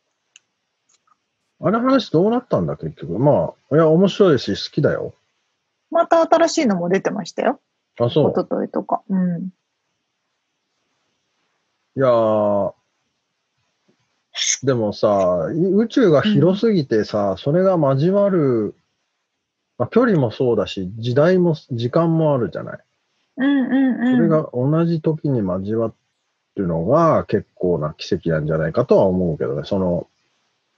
Speaker 1: あれ話どうなったんだ、結局。まあ、いや、面白いし、好きだよ。
Speaker 2: また新しいのも出てましたよ。
Speaker 1: あ、そ
Speaker 2: 一
Speaker 1: う。
Speaker 2: 昨日とか。うん。
Speaker 1: いやー、でもさ、い宇宙が広すぎてさ、それが交わる、まあ、距離もそうだし、時代も、時間もあるじゃない。
Speaker 2: うん
Speaker 1: そ
Speaker 2: うんうん。
Speaker 1: れが同じ時に交わるのが結構な奇跡なんじゃないかとは思うけどね。その、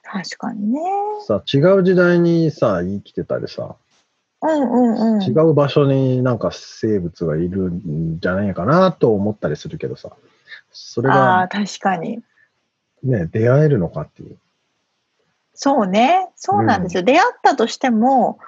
Speaker 2: 確かにね。
Speaker 1: さ、違う時代にさ、生きてたりさ、
Speaker 2: うんうんうん。
Speaker 1: 違う場所になんか生物がいるんじゃないかなと思ったりするけどさ、それ
Speaker 2: ああ
Speaker 1: が
Speaker 2: ー、確かに。
Speaker 1: ね、出会えるのかっていう。
Speaker 2: そうね。そうなんですよ。出会ったとしても、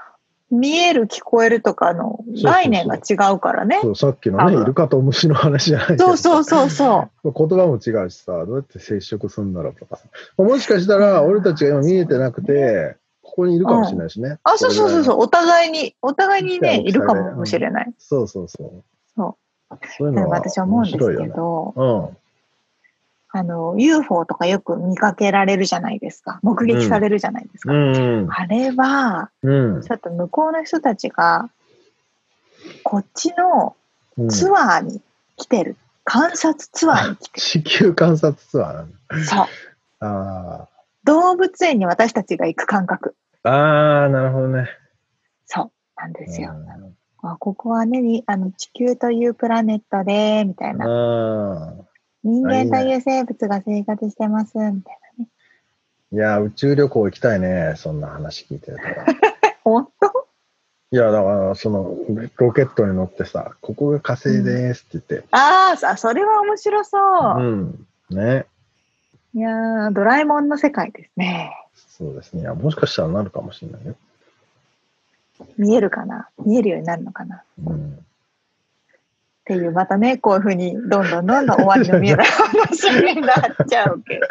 Speaker 2: 見える、聞こえるとかの
Speaker 1: そうそう
Speaker 2: 概念が違うからね。
Speaker 1: そう、さっきのね、
Speaker 2: 多
Speaker 1: イ
Speaker 2: 分
Speaker 1: ルカと虫の話じゃないけど
Speaker 2: そうそうそうそう。
Speaker 1: 言葉も違うしさ、どうやって接触するんだろうとかさ。もしかしたら、
Speaker 2: うん
Speaker 1: 俺たちが今見えてなく
Speaker 2: そう
Speaker 1: て、ここにいるかもしれないしね。。
Speaker 2: あ、そうそうそうそうう。お互いに、お互いにね、
Speaker 1: 大き
Speaker 2: い
Speaker 1: さ
Speaker 2: る
Speaker 1: で
Speaker 2: かもしれない。
Speaker 1: そうそうそう。
Speaker 2: そ
Speaker 1: そういう
Speaker 2: う。で
Speaker 1: の
Speaker 2: も
Speaker 1: は
Speaker 2: 私は思う
Speaker 1: 面
Speaker 2: んで
Speaker 1: 白
Speaker 2: す
Speaker 1: いよ
Speaker 2: け
Speaker 1: ね。
Speaker 2: ど、
Speaker 1: うん。
Speaker 2: あの、UFO とかよく見かけられるじゃないですか。目撃されるじゃないですか。
Speaker 1: うん
Speaker 2: あれは、
Speaker 1: うん。
Speaker 2: ちょっと向こうの人たちが、こっちの
Speaker 1: うん。
Speaker 2: ツアーに来てる。観察ツアーに 来て
Speaker 1: 地球観察ツアーなんだ。
Speaker 2: る。そう。
Speaker 1: あ
Speaker 2: 動物園に私たちが行く感覚。
Speaker 1: あ。ああ、なるほどね。
Speaker 2: そうなんですよ。
Speaker 1: うん
Speaker 2: あここはね、にあの地球というプラネットで、みたいな。
Speaker 1: ああ。
Speaker 2: 人
Speaker 1: あいい
Speaker 2: 間
Speaker 1: ね
Speaker 2: という生物が生活してます、みたい
Speaker 1: いや、宇宙旅行行きたいね。そんな話聞いてるから。
Speaker 2: な。本当
Speaker 1: いや、だから、その、ロケットに乗ってさ、ここが火星ですって言って。
Speaker 2: あーさ、それは面白そう。
Speaker 1: うん。ね。
Speaker 2: いやードラえもんの世界ですね。
Speaker 1: そうですね。いやもしかしたらなるかもしれないよ。
Speaker 2: 見えるかな見えるようになるのかな
Speaker 1: うん。
Speaker 2: っていう、またね、こういうふうに、どんどんどんどん終わりの見えない話になっちゃうけど。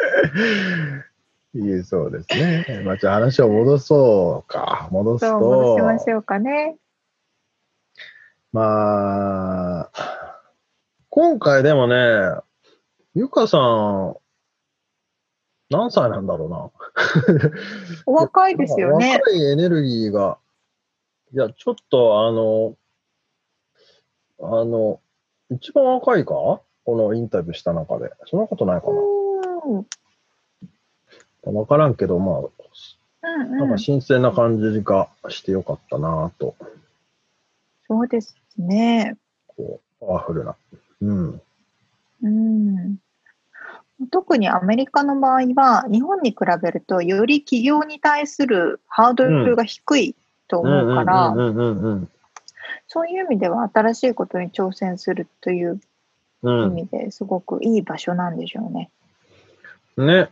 Speaker 1: 言えそうですね。まあ、じゃあ話を戻そうか。戻す
Speaker 2: そ
Speaker 1: と。
Speaker 2: う、戻しましょうかね。
Speaker 1: まあ、今回でもね、ゆかさん、何歳なんだろうな。
Speaker 2: お若いですよね。
Speaker 1: 若いエネルギーが、いや、ちょっとあの、あの、一番若いかこのインタビューした中で。そんなことないか
Speaker 2: うん。
Speaker 1: な。わからんけど、ま
Speaker 2: う
Speaker 1: あ、
Speaker 2: ん
Speaker 1: な
Speaker 2: う
Speaker 1: んか
Speaker 2: ん。
Speaker 1: 新鮮な感じがしてよかったなぁと、
Speaker 2: そうですね。
Speaker 1: こう、パワフルな。うん。
Speaker 2: うん。特にアメリカの場合は、日本に比べると、より企業に対するハードルが低いと
Speaker 1: うん
Speaker 2: 思う
Speaker 1: うん
Speaker 2: から、
Speaker 1: うんうんうん
Speaker 2: そういう意味では新しいことに挑戦するという
Speaker 1: うん。
Speaker 2: 意
Speaker 1: うん
Speaker 2: 味ですごくいい場所なんでしょうね。
Speaker 1: ね。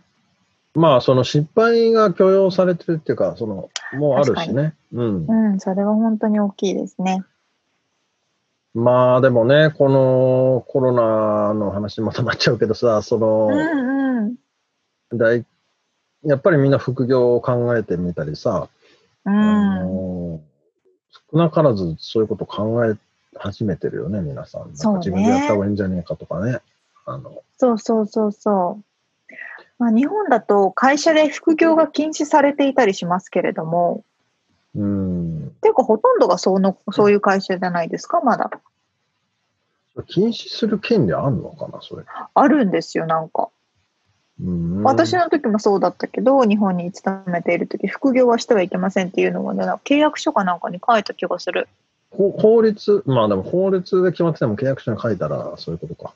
Speaker 1: まあ、その失敗が許容されてるっていうか、その、もうあるしね。うん
Speaker 2: う。ん、それは本当に大きいですね。
Speaker 1: まあ、でもね、このコロナの話またなっちゃうけどさ、その
Speaker 2: う、んうん。
Speaker 1: 大やっぱりみんな副業を考えてみたりさ、
Speaker 2: う
Speaker 1: あ
Speaker 2: ん。
Speaker 1: の少なからずそういうこと考え始めてるよね、皆さん。
Speaker 2: そう
Speaker 1: なん
Speaker 2: ね
Speaker 1: か自分でやった方がいいんじゃねえかとかね。あの
Speaker 2: そうそうそうそう。まあ、日本だと会社で副業が禁止されていたりしますけれども、
Speaker 1: うん
Speaker 2: っていうかほとんどがそのそういう会社じゃないですか、まだ。
Speaker 1: 禁止する権利あんのかな、それ。
Speaker 2: あるんですよ、なんか。
Speaker 1: うん
Speaker 2: 私の時もそうだったけど、日本に勤めている時、副業はしてはいけませんっていうのがね、なんか契約書かなんかに書いた気がする。
Speaker 1: ほ法律、まあでも法律で決まってても契約書に書いたらそういうことか。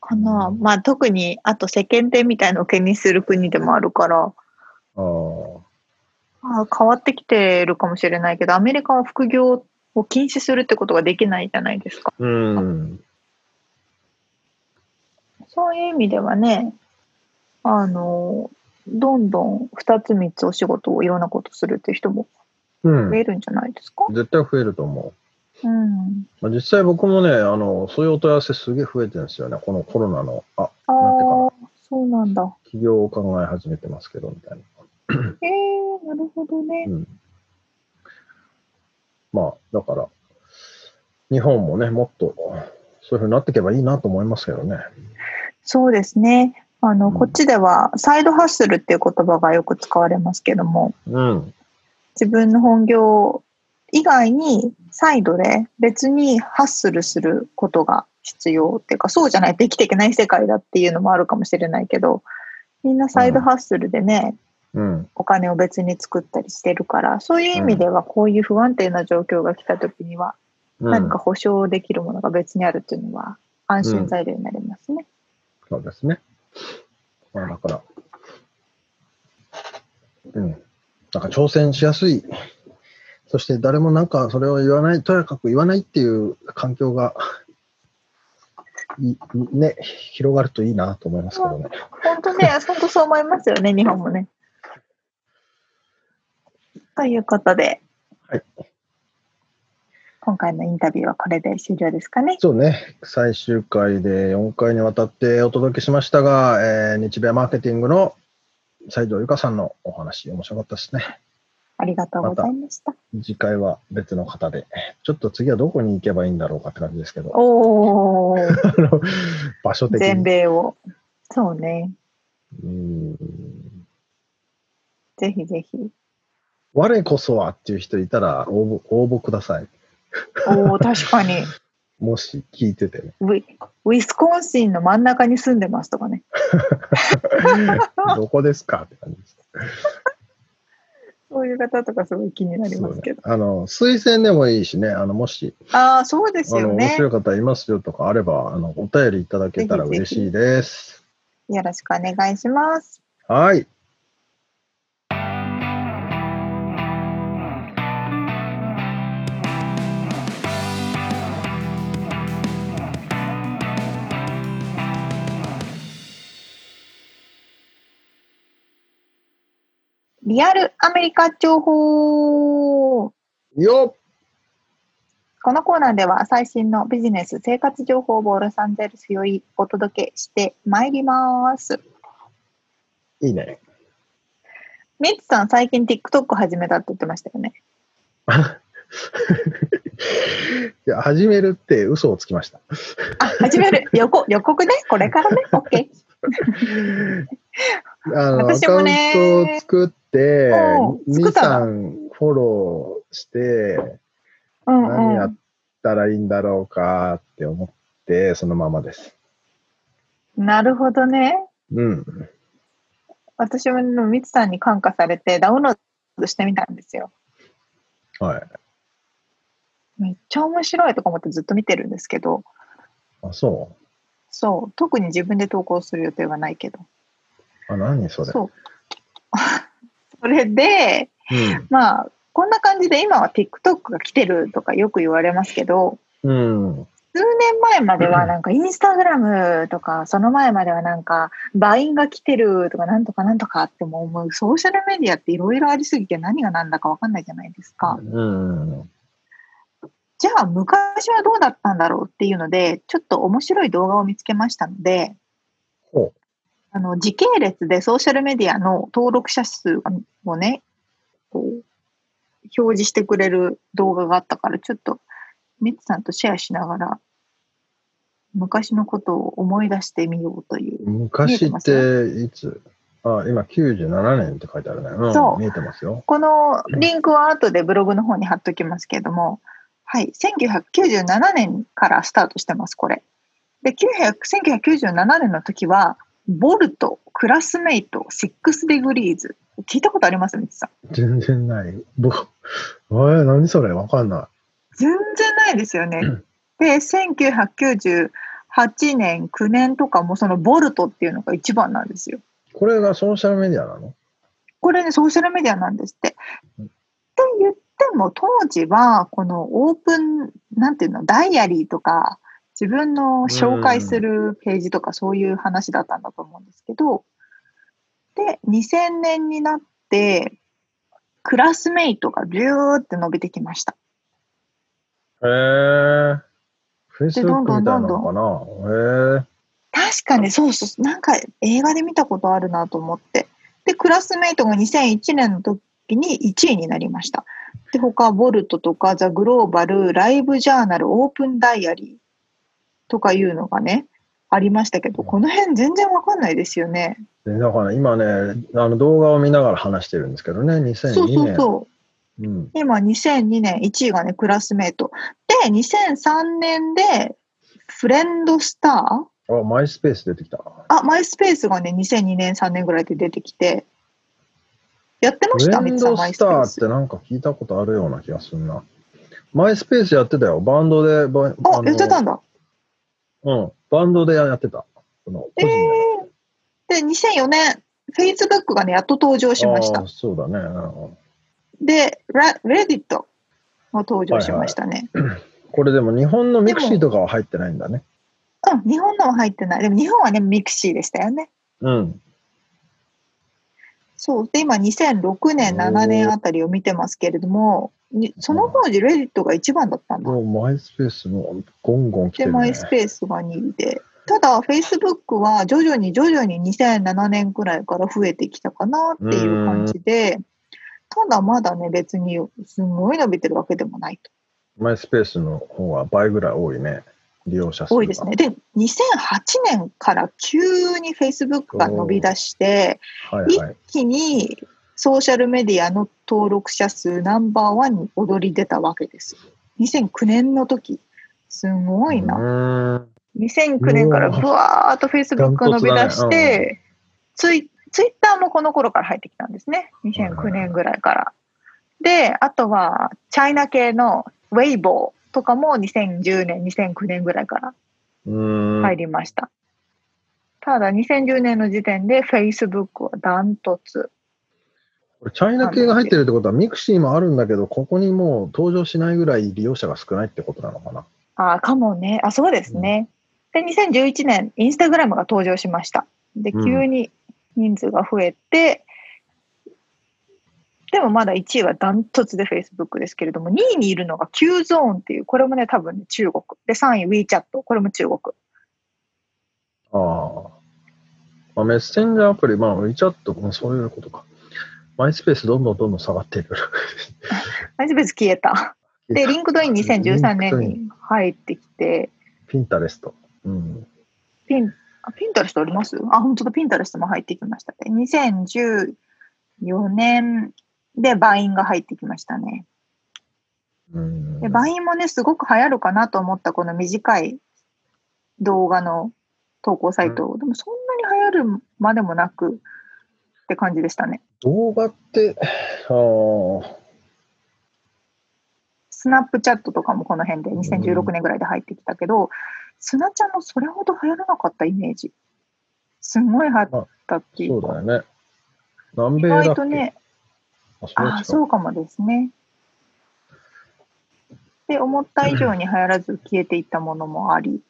Speaker 2: かな、
Speaker 1: うん
Speaker 2: まあ特に、あと世間体みたいのを気にする国でもあるから、
Speaker 1: ああ。
Speaker 2: あー変わってきてるかもしれないけど、アメリカは副業を禁止するってことができないじゃないですか。
Speaker 1: うん。
Speaker 2: そういう意味ではね、あの、どんどん2つ3つお仕事をいろんなことするっていう人も
Speaker 1: うん
Speaker 2: 増。えるんじゃないですか、
Speaker 1: 絶対増えると思
Speaker 2: うん。
Speaker 1: う。まあ、実際僕もね、あの、そういうお問い合わせすげえ増えてるんですよね。このコロナの、あ、
Speaker 2: あ
Speaker 1: なんていうかな
Speaker 2: あ、そうなんだ。
Speaker 1: 企業を考え始めてますけど、みたいな。
Speaker 2: えー、なるほどね
Speaker 1: う。ん。まあ、だから、日本もね、もっと、そういうふうになっていけばいいなと思いますけどね。
Speaker 2: そうですね。あの、
Speaker 1: うん
Speaker 2: こっちでは、サイドハッスルっていう言葉がよく使われますけども、
Speaker 1: うん。
Speaker 2: 自分の本業以外に、サイドで別にハッスルすることが必要っていうか、そうじゃないと生きていけない世界だっていうのもあるかもしれないけど、みんなサイドハッスルでね、
Speaker 1: うん。
Speaker 2: お金を別に作ったりしてるから、そういう意味ではこういう不安定な状況が来た時には、
Speaker 1: うん、
Speaker 2: 何か保証できるものが別にあるっていうのは安心材料になりますね。
Speaker 1: そうですね。まあ、だから、うん。なんか挑戦しやすい。そして誰もなんかそれを言わない、とやかく言わないっていう環境が、いね、広がるといいなと思いますけどね。
Speaker 2: 本当ね、 本当そう思いますよね、日本もね。ということで、
Speaker 1: はい
Speaker 2: 今回のインタビューはこれで終了ですかね。
Speaker 1: そうね、最終回で4回にわたってお届けしましたが、えー日米マーケティングの西条由香さんのお話、面白かったですね。
Speaker 2: ありがとうございました。
Speaker 1: 次回は別の方で、ちょっと次はどこに行けばいいんだろうかって感じですけど。
Speaker 2: お ー、
Speaker 1: あの場所的
Speaker 2: 全
Speaker 1: に。
Speaker 2: 米を。そうね。
Speaker 1: うん
Speaker 2: ぜひぜひ。
Speaker 1: 我こそはっていう人いたら応募応募ください。
Speaker 2: おー、確かに。
Speaker 1: もし聞いててね。
Speaker 2: ウィウィスコンシンの真ん中に住んでますとかね。
Speaker 1: どこですかって感じです。
Speaker 2: そういう方とかすごい気になりますけど。
Speaker 1: そうねあの推薦でもいいしね、あのもし、
Speaker 2: ああ、そうです
Speaker 1: あ
Speaker 2: よ
Speaker 1: の面
Speaker 2: ね。
Speaker 1: 白い方いますよとかあればあの、お便りいただけたら
Speaker 2: ぜひぜ
Speaker 1: 嬉
Speaker 2: ひ
Speaker 1: しいです。
Speaker 2: よろしくお願いします。
Speaker 1: はい。
Speaker 2: リアルアメリカ情報
Speaker 1: よっ
Speaker 2: このコーナーでは最新のビジネス生活情報をロサンゼルスよりお届けしてまいります。
Speaker 1: いいね。
Speaker 2: ミッツさん最近 TikTok 始めたって言ってましたよね。
Speaker 1: いや、始めるって嘘をつきました。
Speaker 2: あ、始める。予告、予告ね。これ からね。OK。
Speaker 1: あの、ア
Speaker 2: 私
Speaker 1: カウ
Speaker 2: も
Speaker 1: ン
Speaker 2: ね
Speaker 1: トを作って
Speaker 2: おう、作
Speaker 1: 2、
Speaker 2: ったの
Speaker 1: 3フォローして、
Speaker 2: うん
Speaker 1: 何
Speaker 2: う
Speaker 1: やっ
Speaker 2: ん。
Speaker 1: たらいいんだろうかって思って、そのままです。
Speaker 2: なるほどね。
Speaker 1: うん。
Speaker 2: 私もミツさんに感化されてダウンロードしてみたんですよ。
Speaker 1: はい。
Speaker 2: めっちゃ面白いとか思ってずっと見てるんですけど、
Speaker 1: あ、そ
Speaker 2: そう、特に自分で投稿する予定はないけど。
Speaker 1: う。あ、何それ。
Speaker 2: そう。 それで、まあ、こんな感じで今は TikTok が来てるとかよく言われますけど、
Speaker 1: うん。うん。
Speaker 2: 数年前まで
Speaker 1: う
Speaker 2: は
Speaker 1: ん
Speaker 2: なんかインスタグラムとか、その前まではなんか LINE が来てるとかなんとかなんとかってもうもうソーシャルメディアっていろいろありすぎて何が何だかわかんないじゃないですか。
Speaker 1: うん。
Speaker 2: じゃあ昔はどうだったんだろうっていうので、ちょっと面白い動画を見つけましたので、
Speaker 1: ほ
Speaker 2: あの時系列でソーシャルメディアの登録者数をね、こう表示してくれる動画があったから、ちょっとミツさんとシェアしながら、昔のことを思い出してみようという
Speaker 1: う。。昔っていつあ、今97年って書いてあるね。うん、
Speaker 2: そう
Speaker 1: 見えてますよ。
Speaker 2: このリンクは後でブログの方に貼っときますけれども、はい、1997年からスタートしてます、これ。で、900 1997年の時は、ボルト、クラスメイト、シックスデグリーズ。聞いたことありますみつさん。
Speaker 1: 全然ない。僕、えー、何それわかんな
Speaker 2: 全然ないですよね。で、1998年、9年とかもそのボルトっていうのが一番なんですよ。
Speaker 1: い。これがソーシャルメディアなの
Speaker 2: これね、ソーシャルメディアなんですって。って
Speaker 1: うん
Speaker 2: 言っても、当時は、このオープン、なんていうの、ダイアリーとか、自分の紹介するページとか、そういう話だったんだと思うんですけど、で、2000年になって、クラスメイトがビューって伸びてきました。
Speaker 1: へえ。フェイス
Speaker 2: で
Speaker 1: ブ
Speaker 2: ど
Speaker 1: ッ
Speaker 2: ん
Speaker 1: ク
Speaker 2: ど
Speaker 1: み
Speaker 2: んど
Speaker 1: たいなん
Speaker 2: どん
Speaker 1: のかなへえ。
Speaker 2: 確かに、そうそう、なんか映画で見たことあるなと思って。で、クラスメイトが2001年の時に1位になりました。で、他、ボルトとか、ザ・グローバル、ライブジャーナル、オープンダイアリーとかいうのがね、ありましたけど、この辺全然わかんないですよね。
Speaker 1: でだから今ね、あの動画を見ながら話してるんですけどね、2002年。
Speaker 2: そうそうそう。
Speaker 1: うん。
Speaker 2: 今、2002年1位がね、クラスメイト。で、2003年で、フレンドスター
Speaker 1: あ、マイスペース出てきた。
Speaker 2: あ、マイスペースがね、2002年、3年ぐらいで出てきて、やってま
Speaker 1: フ
Speaker 2: した、
Speaker 1: レン
Speaker 2: ミツさ
Speaker 1: ド
Speaker 2: ん、マイ
Speaker 1: ス
Speaker 2: スペ
Speaker 1: ター
Speaker 2: ー
Speaker 1: っ
Speaker 2: ス。
Speaker 1: てなんか聞いたことあるような気がするな。マイスペースやってたよ。バンドで、バン
Speaker 2: あ、やってた
Speaker 1: ん
Speaker 2: んだ。
Speaker 1: うん。バンドでやってた。その
Speaker 2: え
Speaker 1: 個人でね
Speaker 2: えで、2004年、Facebook がね、やっと登場しまし
Speaker 1: あ
Speaker 2: た
Speaker 1: ー。そうだね。うん
Speaker 2: で、ラレディットも登場しましたね。
Speaker 1: これでも日本のミクシーとかは入ってないんだね。
Speaker 2: うん、日本のは入ってない。でも日本はね、ミクシーでしたよね。
Speaker 1: うん。
Speaker 2: そう。で、今、2006年、
Speaker 1: おー
Speaker 2: 7年あたりを見てますけれども、にその当時、レディットが一番だったんだ。
Speaker 1: もうマイスペースもゴンゴン来て
Speaker 2: で、
Speaker 1: る
Speaker 2: マ
Speaker 1: ね
Speaker 2: イ。スペースが2位で。ただ、Facebook は徐々に徐々に2007年くらいから増えてきたかなっていう感じで、ただまだね、別にすごい伸びてるわけでもないと。
Speaker 1: マイスペースの方は倍ぐらい多いね。利用者数が。
Speaker 2: 多いですね。。で、2008年から急に Facebook が伸び出して、
Speaker 1: はいはい。
Speaker 2: 一気にソーシャルメディアの登録者数ナンバーワンに躍り出たわけですよ。2009年の時。すごいな。
Speaker 1: な。
Speaker 2: 2009年からぶわーっと Facebook が伸び出
Speaker 1: ダントツ
Speaker 2: し
Speaker 1: だね
Speaker 2: て、ツイツイッターもこの頃から入ってきたんですね。
Speaker 1: は
Speaker 2: 2009
Speaker 1: いはいはい
Speaker 2: 年ぐらいから。で、あとは、チャイナ系のウェイボーとかも2010年、2009年ぐらいから
Speaker 1: うーん。
Speaker 2: 入りました。ただ、2010年の時点で Facebook はダントツ。
Speaker 1: これチャイナ系が入ってるってことは、ミクシーもあるんだけど、ここにもう登場しないぐらい利用者が少ないってことなのかな。
Speaker 2: ああ、かもね。あ、そうですね。で、2011年、インスタグラムが登場しました。で、
Speaker 1: うん
Speaker 2: 急に人数が増えて、でもまだ1位はダントツで Facebook ですけれども、2位にいるのが Q ゾーンっていう、これもね、多分ね、中国。で、3位 WeChat、これも中国。
Speaker 1: ああ。まあ、メッセンジャーアプリ、まあ、WeChat もそういうことか。マイスペースどんどんどんどん下がってる。
Speaker 2: マジ別消えた。で、リンク ドイン2013年に入ってきて、
Speaker 1: ピンタレスト。うん。
Speaker 2: ピン、あピンタレストありますあ、本当だ、ピンタレストも入ってきましたね。2014年でバインが入ってきましたね。
Speaker 1: うん。
Speaker 2: で、バインもね、すごく流行るかなと思った、この短い動画の投稿サイト。でも、そんなに流行るまでもなくって感じでしたね。
Speaker 1: 動画って、ああ。
Speaker 2: スナップチャットとかもこの辺で2016年ぐらいで入ってきたけど、スナちゃんもそれほど流行らなかったイメージ。すごい流行ったってい
Speaker 1: そううだ
Speaker 2: か、
Speaker 1: よね。南
Speaker 2: 意
Speaker 1: 米だっけ
Speaker 2: 外とね、
Speaker 1: あ、それ
Speaker 2: あ
Speaker 1: は違
Speaker 2: あ、
Speaker 1: う
Speaker 2: そうかもですね。で、思った以上に流行らず消えていったものもあり。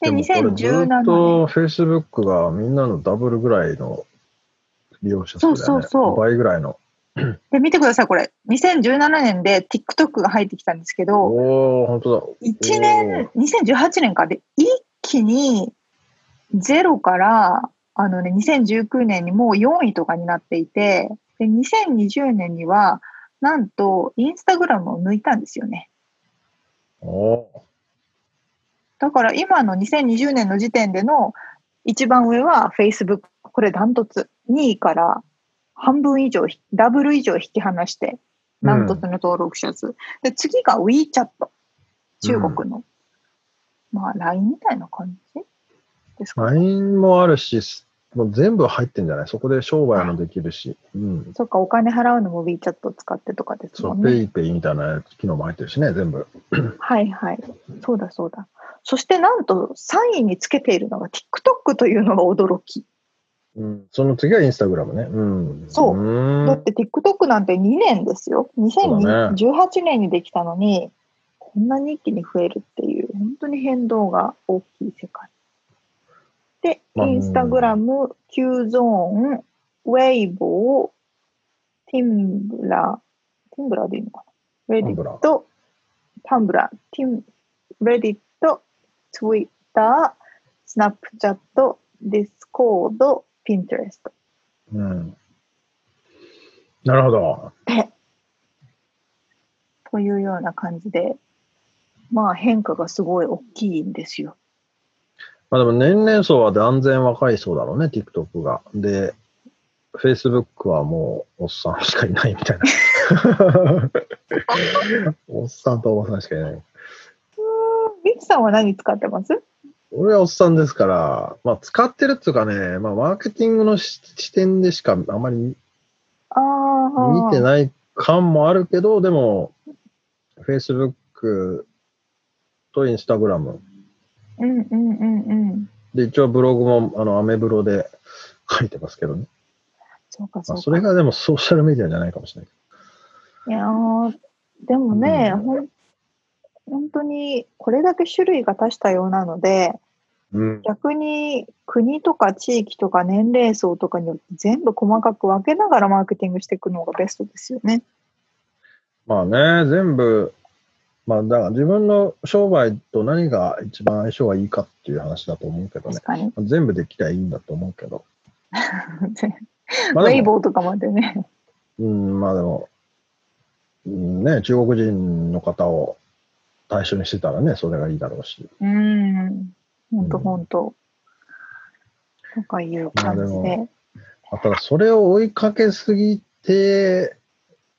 Speaker 2: で、
Speaker 1: もこれ
Speaker 2: 2017
Speaker 1: ずっ
Speaker 2: 年。
Speaker 1: と Facebook がみんなのダブルぐらいの利用者数だよね。
Speaker 2: そうそうそう
Speaker 1: 倍ぐらいの。
Speaker 2: で、見てください、これ。2017年で TikTok が入ってきたんですけど、
Speaker 1: おお本当だ。
Speaker 2: 1年、2018年かで、一気にゼロから、あのね、2019年にもう4位とかになっていて、で、2020年には、なんと、インスタグラムを抜いたんですよね。
Speaker 1: おお
Speaker 2: だから今の2020年の時点での一番上は Facebook、これダントツ。2位から半分以上、ダブル以上引き離して、ダントツの登録者数。で、次が WeChat。中国の。まあ、LINE みたいな感じですかね。
Speaker 1: LINE もあるし、もう全部入ってんじゃないそこで商売もできるし。うん。
Speaker 2: そっか、お金払うのも WeChat を使ってとかです
Speaker 1: そ
Speaker 2: も
Speaker 1: う、
Speaker 2: んね。
Speaker 1: ペイペイみたいな機能も入ってるしね、全部。
Speaker 2: はいはい。そうだそうだ。そしてなんと3位につけているのが TikTok というのが驚き。
Speaker 1: うん。その次はインスタグラムね。うん。
Speaker 2: そう
Speaker 1: う
Speaker 2: だ
Speaker 1: ーん
Speaker 2: って TikTok なんて2年ですよ。
Speaker 1: だね
Speaker 2: 2018年にできたのに、こんなに一気に増えるっていう、本当に変動が大きい世界。で、
Speaker 1: まあ
Speaker 2: インスタグラム、Q ゾーン、ウェイボー、ティンブラ、ティンブラでいいのかなレディット、タンブラ、ティン、レディット、ツイッター、スナップチャット、ディスコード、ピンテレスト。
Speaker 1: うん。なるほど。
Speaker 2: というような感じで、まあ変化がすごい大きいんですよ。
Speaker 1: まあでも年齢層は断然若い層だろうね、TikTok が。で、Facebook はもうおっさんしかいないみた いな。おっさんとおばさんしかいない。
Speaker 2: ミキさんは何使ってます
Speaker 1: 俺はおっさんですから、まあ使ってるっていうかね、まあマーケティングのし視点でしかあまり見
Speaker 2: ああ。
Speaker 1: て
Speaker 2: い。
Speaker 1: ない感もあるけど、でも Facebook と Instagram
Speaker 2: うんうんうんうん。
Speaker 1: で一応ブログもあのアメブロで書いてますけどね。
Speaker 2: そうかそ
Speaker 1: まあ
Speaker 2: うか。
Speaker 1: それがでもソーシャルメディアじゃないかもしれないけど。
Speaker 2: いやーでもね、
Speaker 1: うん
Speaker 2: ほん本当にこれだけ種類が多したようなので、
Speaker 1: うん
Speaker 2: 逆に国とか地域とか年齢層とかによって全部細かく分けながらマーケティングしていくのがベストですよね。
Speaker 1: まあね、全部、まあだから自分の商売と何が一番相性がいいかっていう話だと思うけどね
Speaker 2: 確。かに。
Speaker 1: 全部できりゃいいんだと思うけど。
Speaker 2: ウ
Speaker 1: まあ
Speaker 2: ェイ
Speaker 1: でも、
Speaker 2: ボーとかまでね。
Speaker 1: うん、まあでも、うん、ね、中国人の方を対象にしてたらね、それがいいだろうし。
Speaker 2: うん。本当本当。とかいう感じ
Speaker 1: まあで
Speaker 2: で。
Speaker 1: まあただそれを追いかけすぎて、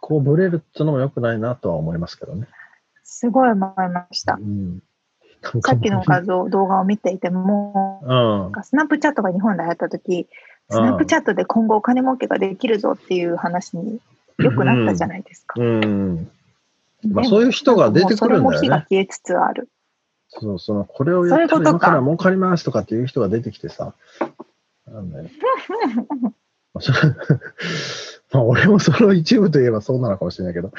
Speaker 1: こうブレるっていうのも良くないなとは思いますけどね。
Speaker 2: すごい思いました
Speaker 1: う。ん。なんか
Speaker 2: さっきの画像、動画を見ていても、
Speaker 1: うん
Speaker 2: なん。かスナップチャットが日本で流行った時スナップチャットで今後お金儲けができるぞっていう話によくなったじゃないですか。
Speaker 1: うん。
Speaker 2: で
Speaker 1: まあ
Speaker 2: も
Speaker 1: そういう人が出てくるん
Speaker 2: もうそれ
Speaker 1: だよ
Speaker 2: も火
Speaker 1: ね
Speaker 2: が。消えつつある。
Speaker 1: そう、その、これをやった
Speaker 2: そういうこ
Speaker 1: ら
Speaker 2: と
Speaker 1: 今
Speaker 2: か
Speaker 1: から儲かりますとかっていう人が出てきてさ、なん だよ。まあそれ まあ、俺もその一部といえばそうなのかもしれないけど、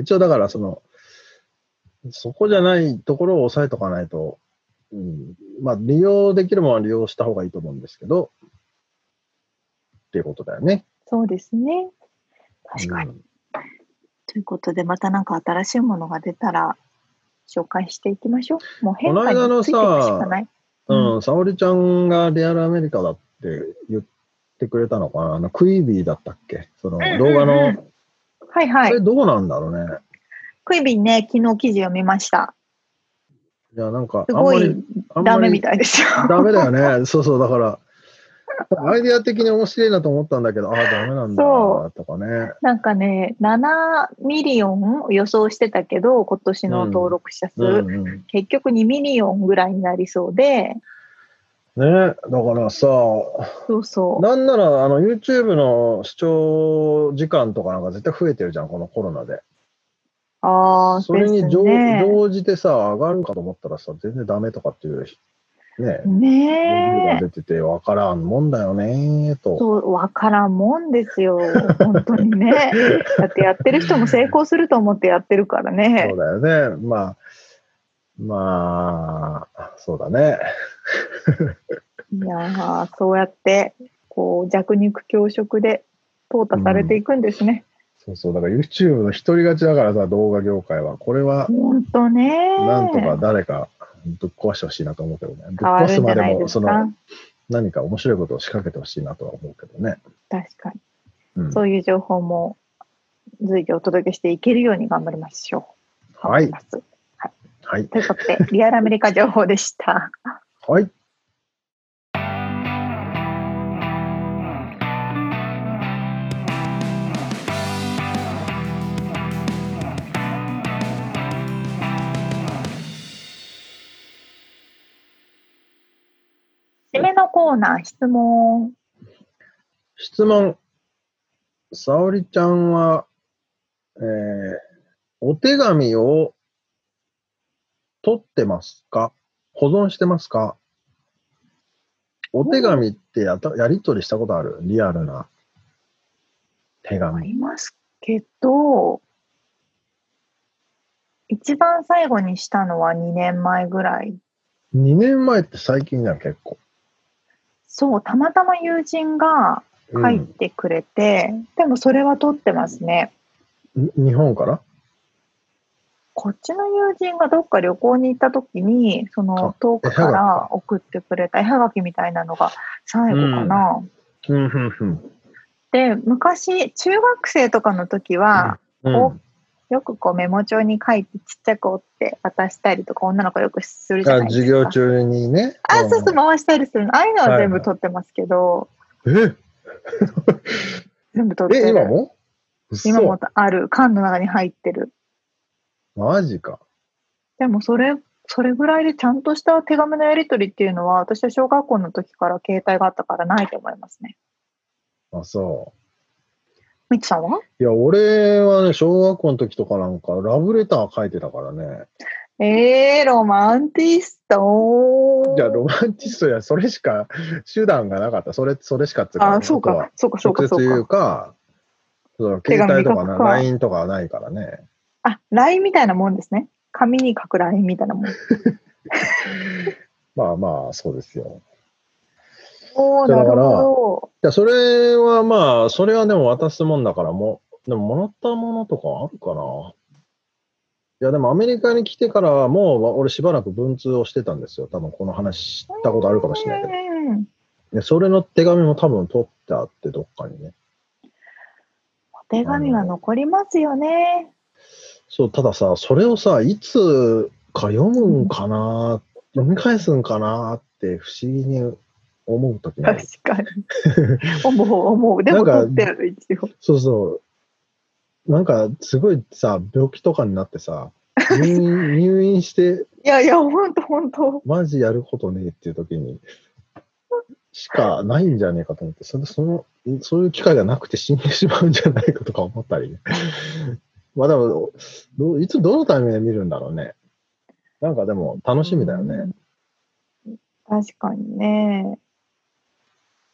Speaker 1: 一応だから、その、そこじゃないところを抑えとかないと、うん、まあ、利用できるものは利用した方がいいと思うんですけど、っていうことだよね。
Speaker 2: そうですね。確かに。
Speaker 1: うん
Speaker 2: ということで、またなんか新しいものが出たら、紹介していきましょう。もう変化に
Speaker 1: この間の
Speaker 2: つい
Speaker 1: さ
Speaker 2: ていくしかない。
Speaker 1: うん、沙織ちゃんがリアルアメリカだって言ってくれたのかなあの、クイビーだったっけその
Speaker 4: んうん
Speaker 1: 動画の、
Speaker 4: うん
Speaker 2: はいは
Speaker 1: あ
Speaker 2: い
Speaker 1: れ。どうなんだろうね。
Speaker 2: クイビンね、昨日記事を見ました。
Speaker 1: いや、なんか、
Speaker 2: す
Speaker 1: あん
Speaker 2: ご
Speaker 1: ま
Speaker 2: い
Speaker 1: り、あん
Speaker 2: ダ
Speaker 1: ま
Speaker 2: メみ
Speaker 1: り
Speaker 2: たいですよ。
Speaker 1: ダメだよね。 そうそう、だから、アイディア的に面白いなと思ったんだけど、ああ、ダメなんだ
Speaker 2: そ
Speaker 1: な、とかね。
Speaker 2: なんかね、7ミリオンを予想してたけど、今年の登録者数、
Speaker 1: うんうん。
Speaker 2: 結局2ミリオンぐらいになりそうで、
Speaker 1: ねだからさ、
Speaker 2: そうそう。
Speaker 1: なんなら、あの、YouTube の視聴時間とかなんか絶対増えてるじゃん、このコロナで。
Speaker 2: ああ、
Speaker 1: それに
Speaker 2: です
Speaker 1: 乗
Speaker 2: ね。
Speaker 1: 乗じてさ、上がるかと思ったらさ、全然ダメとかっていう、ね、レビュー
Speaker 2: ね
Speaker 1: が
Speaker 2: え。
Speaker 1: 出てて、わからんもんだよね、と。
Speaker 2: そう、わからんもんですよ。本当に ね。だってやってる人も成功すると思ってやってるからね
Speaker 1: そう。だよね。まあ、まあ、そうだね。
Speaker 2: いやーそうやって、こう、弱肉強食で、淘汰されていくんですね。
Speaker 1: そうそう、だから YouTube の独り勝ちだからさ、動画業界は。これは、
Speaker 2: 本当ね。
Speaker 1: なんとか誰かぶっ壊してほしいなと思うけどね。ぶっ
Speaker 2: 変わ
Speaker 1: 壊
Speaker 2: る
Speaker 1: す
Speaker 2: んじ
Speaker 1: ま
Speaker 2: ゃ
Speaker 1: で
Speaker 2: ない
Speaker 1: も、
Speaker 2: です
Speaker 1: その
Speaker 2: か。
Speaker 1: 何か面白いことを仕掛けてほしいなとは思うけどね。
Speaker 2: 確かに。
Speaker 1: うん、
Speaker 2: そういう情報も随時お届けしていけるように頑張りましょう。
Speaker 1: はい
Speaker 2: 頑張ります
Speaker 1: はい。
Speaker 2: ということで、リアルアメリカ情報で した。
Speaker 1: はい。
Speaker 2: 締めのコーナー、質問。
Speaker 1: 質問。沙織ちゃんは、えー、お手紙を取ってますか保存してますかお手紙ってやたやり取りしたことあるリアルな手
Speaker 2: あ
Speaker 1: 紙。
Speaker 2: りますけど、一番最後にしたのは2年前ぐらい。
Speaker 1: 2年前って最近じゃん、結構。
Speaker 2: そう、たまたま友人が書いてくれて、でもそれは取ってますね。
Speaker 1: うんに日本から
Speaker 2: こっちの友人がどっか旅行に行った時に、その
Speaker 1: あ
Speaker 2: 遠く
Speaker 1: 絵
Speaker 2: か
Speaker 1: はが
Speaker 2: ら送ってくれた絵はがきみたいなのが最後かな。
Speaker 1: うん、うん、うん。
Speaker 2: で、昔、中学生とかの時は、こよくこうメモ帳に書いてちっちゃく折って渡したりとか、女の子よくするじゃ
Speaker 1: あ
Speaker 2: ないですか。
Speaker 1: 授業中にね。
Speaker 2: あ、そうそう、回したりするの。ああいうのは全
Speaker 1: はいは
Speaker 2: 部
Speaker 1: い
Speaker 2: 取ってますけど、
Speaker 1: うん
Speaker 2: 全部取っ
Speaker 1: え
Speaker 2: てる。
Speaker 1: え、今も嘘
Speaker 2: 今もある。缶の中に入ってる。
Speaker 1: マジか。
Speaker 2: でもそれ、それぐらいでちゃんとした手紙のやり取りっていうのは、私は小学校の時から携帯があったからないと思いますね。
Speaker 1: あ、そう。
Speaker 2: みつさんはい
Speaker 1: や、俺はね、小学校の時とかなんか、ラブレター書いてたからね。
Speaker 2: えー、ロマンティスト
Speaker 1: いや、ロマンチストや、それしか、手段がなかった。それ、それしかっていうか、
Speaker 2: あ、そう
Speaker 1: と
Speaker 2: か
Speaker 1: は、
Speaker 2: そうか、そう
Speaker 1: 直
Speaker 2: か、
Speaker 1: 接
Speaker 2: そう
Speaker 1: 言
Speaker 2: か
Speaker 1: う。か、そう
Speaker 2: 手紙
Speaker 1: 携帯とか
Speaker 2: 書
Speaker 1: な、
Speaker 2: くか
Speaker 1: LINE とかはないからね。
Speaker 2: あ、LINE みたいなもんですね。紙に書く LINE みたいなもん。
Speaker 1: まあまあ、そうですよ。
Speaker 2: おー、
Speaker 1: そう
Speaker 2: な
Speaker 1: だ
Speaker 2: る
Speaker 1: から
Speaker 2: ほ
Speaker 1: いや、それはまあ、それはでも渡すもんだから、もう、でももらったものとかあるかな。いや、でもアメリカに来てからはもう、俺しばらく文通をしてたんですよ。多分この話したことあるかもしれないけ
Speaker 2: ど。
Speaker 1: ど。
Speaker 2: うんうんうん。
Speaker 1: いやそれの手紙も多分取ってあって、どっかにね。
Speaker 2: お手紙は残りますよね。
Speaker 1: そう、たださ、それをさ、いつか読むんかな、読み返すんかなって不思議に思うときない
Speaker 2: 確かに。思う、思う。でも
Speaker 1: なんか
Speaker 2: 取ってある、一応。
Speaker 1: そうそう。なんか、すごいさ、病気とかになってさ、入院入院して、
Speaker 2: いやいや、ほんと、ほんと。
Speaker 1: マジやることねえっていうときに、しかないんじゃねえかと思って、それその、そういう機会がなくて死んでしまうんじゃないかとか思ったりね。 まあでも、どういつ、どのタイミングで見るんだろうね。なんかでも、楽しみだよね。
Speaker 2: 確かにね。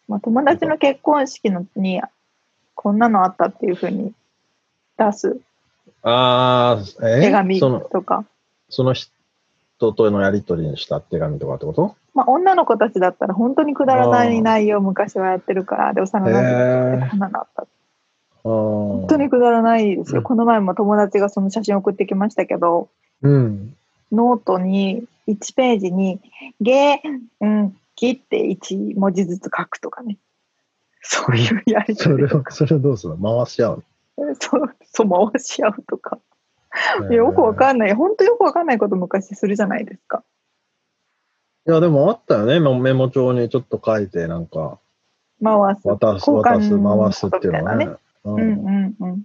Speaker 2: まあ、友達の結婚式のに、こんなのあったっていうふうに出す
Speaker 1: ああ、え
Speaker 2: 手紙
Speaker 1: その、
Speaker 2: とか、
Speaker 1: その人とのやりとりにした手紙とかってこと
Speaker 2: まあ、女の子たちだったら本当にくだらない内容を昔はやってるから、で、幼
Speaker 1: へ
Speaker 2: なじみ
Speaker 1: え
Speaker 2: でこんなのあった。
Speaker 1: 本
Speaker 2: 本当にくだらないです
Speaker 1: う
Speaker 2: よ。
Speaker 1: ん
Speaker 2: この前も友達がその写真送ってきましたけど、
Speaker 1: うん。
Speaker 2: ノートに1ページに、げ、うん、きって1文字ずつ書くとかね。そういうやり
Speaker 1: そ
Speaker 2: 取
Speaker 1: れ
Speaker 2: り。
Speaker 1: を、それをどうするの回し合う
Speaker 2: そう、そう回し合うとか。
Speaker 1: の
Speaker 2: いやよくわ
Speaker 1: い。
Speaker 2: かんない。本当よくわかんないこと昔するじゃないですか。
Speaker 1: いや、でもあったよね。メメモ帳にちょっと書いて、なんか、
Speaker 2: 回す。
Speaker 1: 渡す、
Speaker 2: 交換
Speaker 1: 渡す、回すっていうのはね
Speaker 2: み。
Speaker 1: う
Speaker 2: うん
Speaker 1: ん
Speaker 2: うんうん。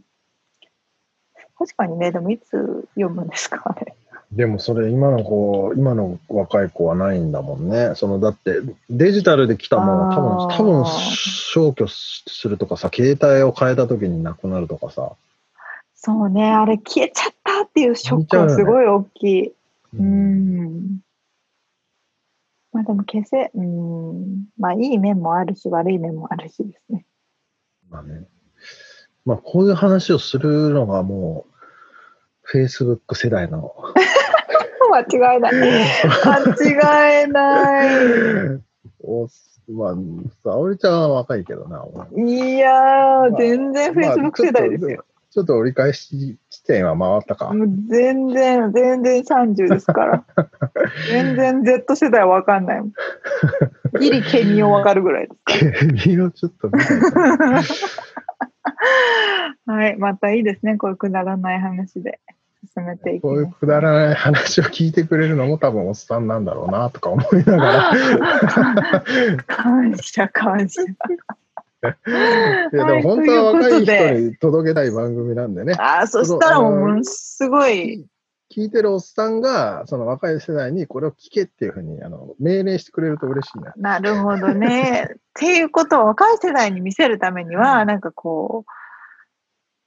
Speaker 2: 確かにね、でもいつ読むんですかあれ。
Speaker 1: でもそれ今の子、今の若い子はないんだもんね。そのだってデジタルで来たもの
Speaker 2: あー
Speaker 1: 多分、多分消去するとかさ、携帯を変えた時になくなるとかさ。
Speaker 2: そうね、あれ消えちゃったっていうショックはすごい大きい。う
Speaker 1: うん
Speaker 2: ん。まあでも消せ、うん。まあいい面もあるし、悪い面もあるしですね。
Speaker 1: まあね。まあこういう話をするのがもう、Facebook 世代の。
Speaker 2: 間 違いない。間違いない。
Speaker 1: おまあ、沙織ちゃんは若いけどな。俺
Speaker 2: いや
Speaker 1: ま
Speaker 2: ー、
Speaker 1: あ
Speaker 2: 全然
Speaker 1: まあ
Speaker 2: Facebook 世代ですよ。
Speaker 1: ちょっと折り返し地点は回ったか。
Speaker 2: もう全然、全然30です から。全然 Z 世代はわかんないもん。ギリケミオわかるぐらいですか
Speaker 1: 君をちょっと見ないとね
Speaker 2: ら。はい、またいいですね。こういうくだらない話で進めていきま
Speaker 1: こう
Speaker 2: す
Speaker 1: いうくだらない話を聞いてくれるのも多分おっさんなんだろうなとか思いなが
Speaker 2: 感謝、感謝。
Speaker 1: ら、いや
Speaker 2: は
Speaker 1: で
Speaker 2: い
Speaker 1: も本当は若
Speaker 2: ということ
Speaker 1: い人
Speaker 2: で
Speaker 1: に届けたい番組なんでね、
Speaker 2: ああ、そしたらもう、ものすごい、
Speaker 1: 聞いてるおっさんが、その若い世代にこれを聞けっていうふうにあの命令してくれると嬉しいな。
Speaker 2: なるほどね。っていうことを若い世代に見せるためには、なんかこ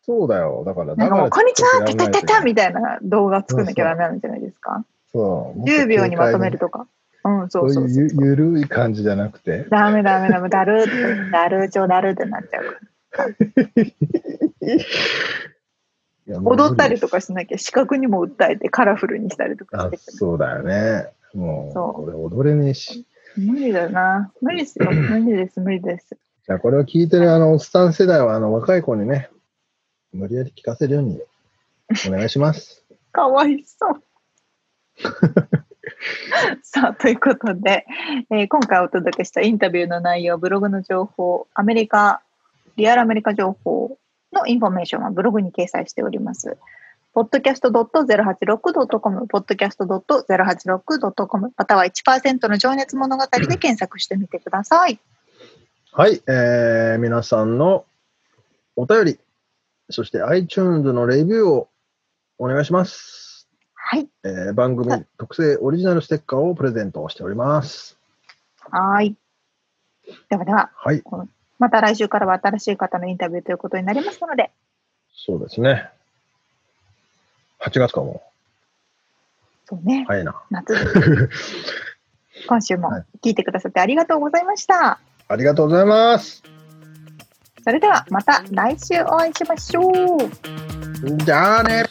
Speaker 1: そうだよ、だから、
Speaker 2: う、なんかもう、こんにちは、たたたた
Speaker 1: み
Speaker 2: みたいな動画作んなきゃダメなんじゃないですか。
Speaker 1: そう
Speaker 2: 10秒にまとめるとか。うん、そ
Speaker 1: そう
Speaker 2: うそうそう
Speaker 1: いうゆゆるい感じじゃなくて、
Speaker 2: ダメダメダメ、だるー、だるーちょだるーってなっちゃうから。
Speaker 1: いやもう
Speaker 2: 踊ったりと
Speaker 1: 無
Speaker 2: かしなきゃ、視覚にも訴えてカラフルにしたりとかして
Speaker 1: 理で
Speaker 2: く
Speaker 1: すあ
Speaker 2: る。
Speaker 1: そうだよね。も
Speaker 2: そう
Speaker 1: う、俺踊れねえし。
Speaker 2: 無理だな。無理ですよ。無理です、無理です。
Speaker 1: じゃあこれを聞いてるあのおっさん世代はあの若い子にね、無理やり聞かせるようにお願いします。
Speaker 2: かわいそう。さあということで、えー今回お届けしたインタビューの内容ブログの情報アメリカリアルアメリカ情報のインフォメーションはブログに掲載しております。podcast.086.com、podcast.086.com、または1%の情熱物語で検索してみてください。
Speaker 1: はい、えー、皆さんのお便り、そして iTunes のレビューをお願いします。
Speaker 2: はい。
Speaker 1: えー番組特製オリジナルステッカーをプレゼントしております。
Speaker 2: はい。ではでは、
Speaker 1: はい、
Speaker 2: また来週からは新しい方のインタビューということになりますので、
Speaker 1: そうですね。8月かも。
Speaker 2: そうね。
Speaker 1: 早いな。
Speaker 2: 夏です今週も聞いてくださってありがとうございました。
Speaker 1: ありがとうございます。
Speaker 2: それではまた来週お会いしましょう。
Speaker 1: じゃあね。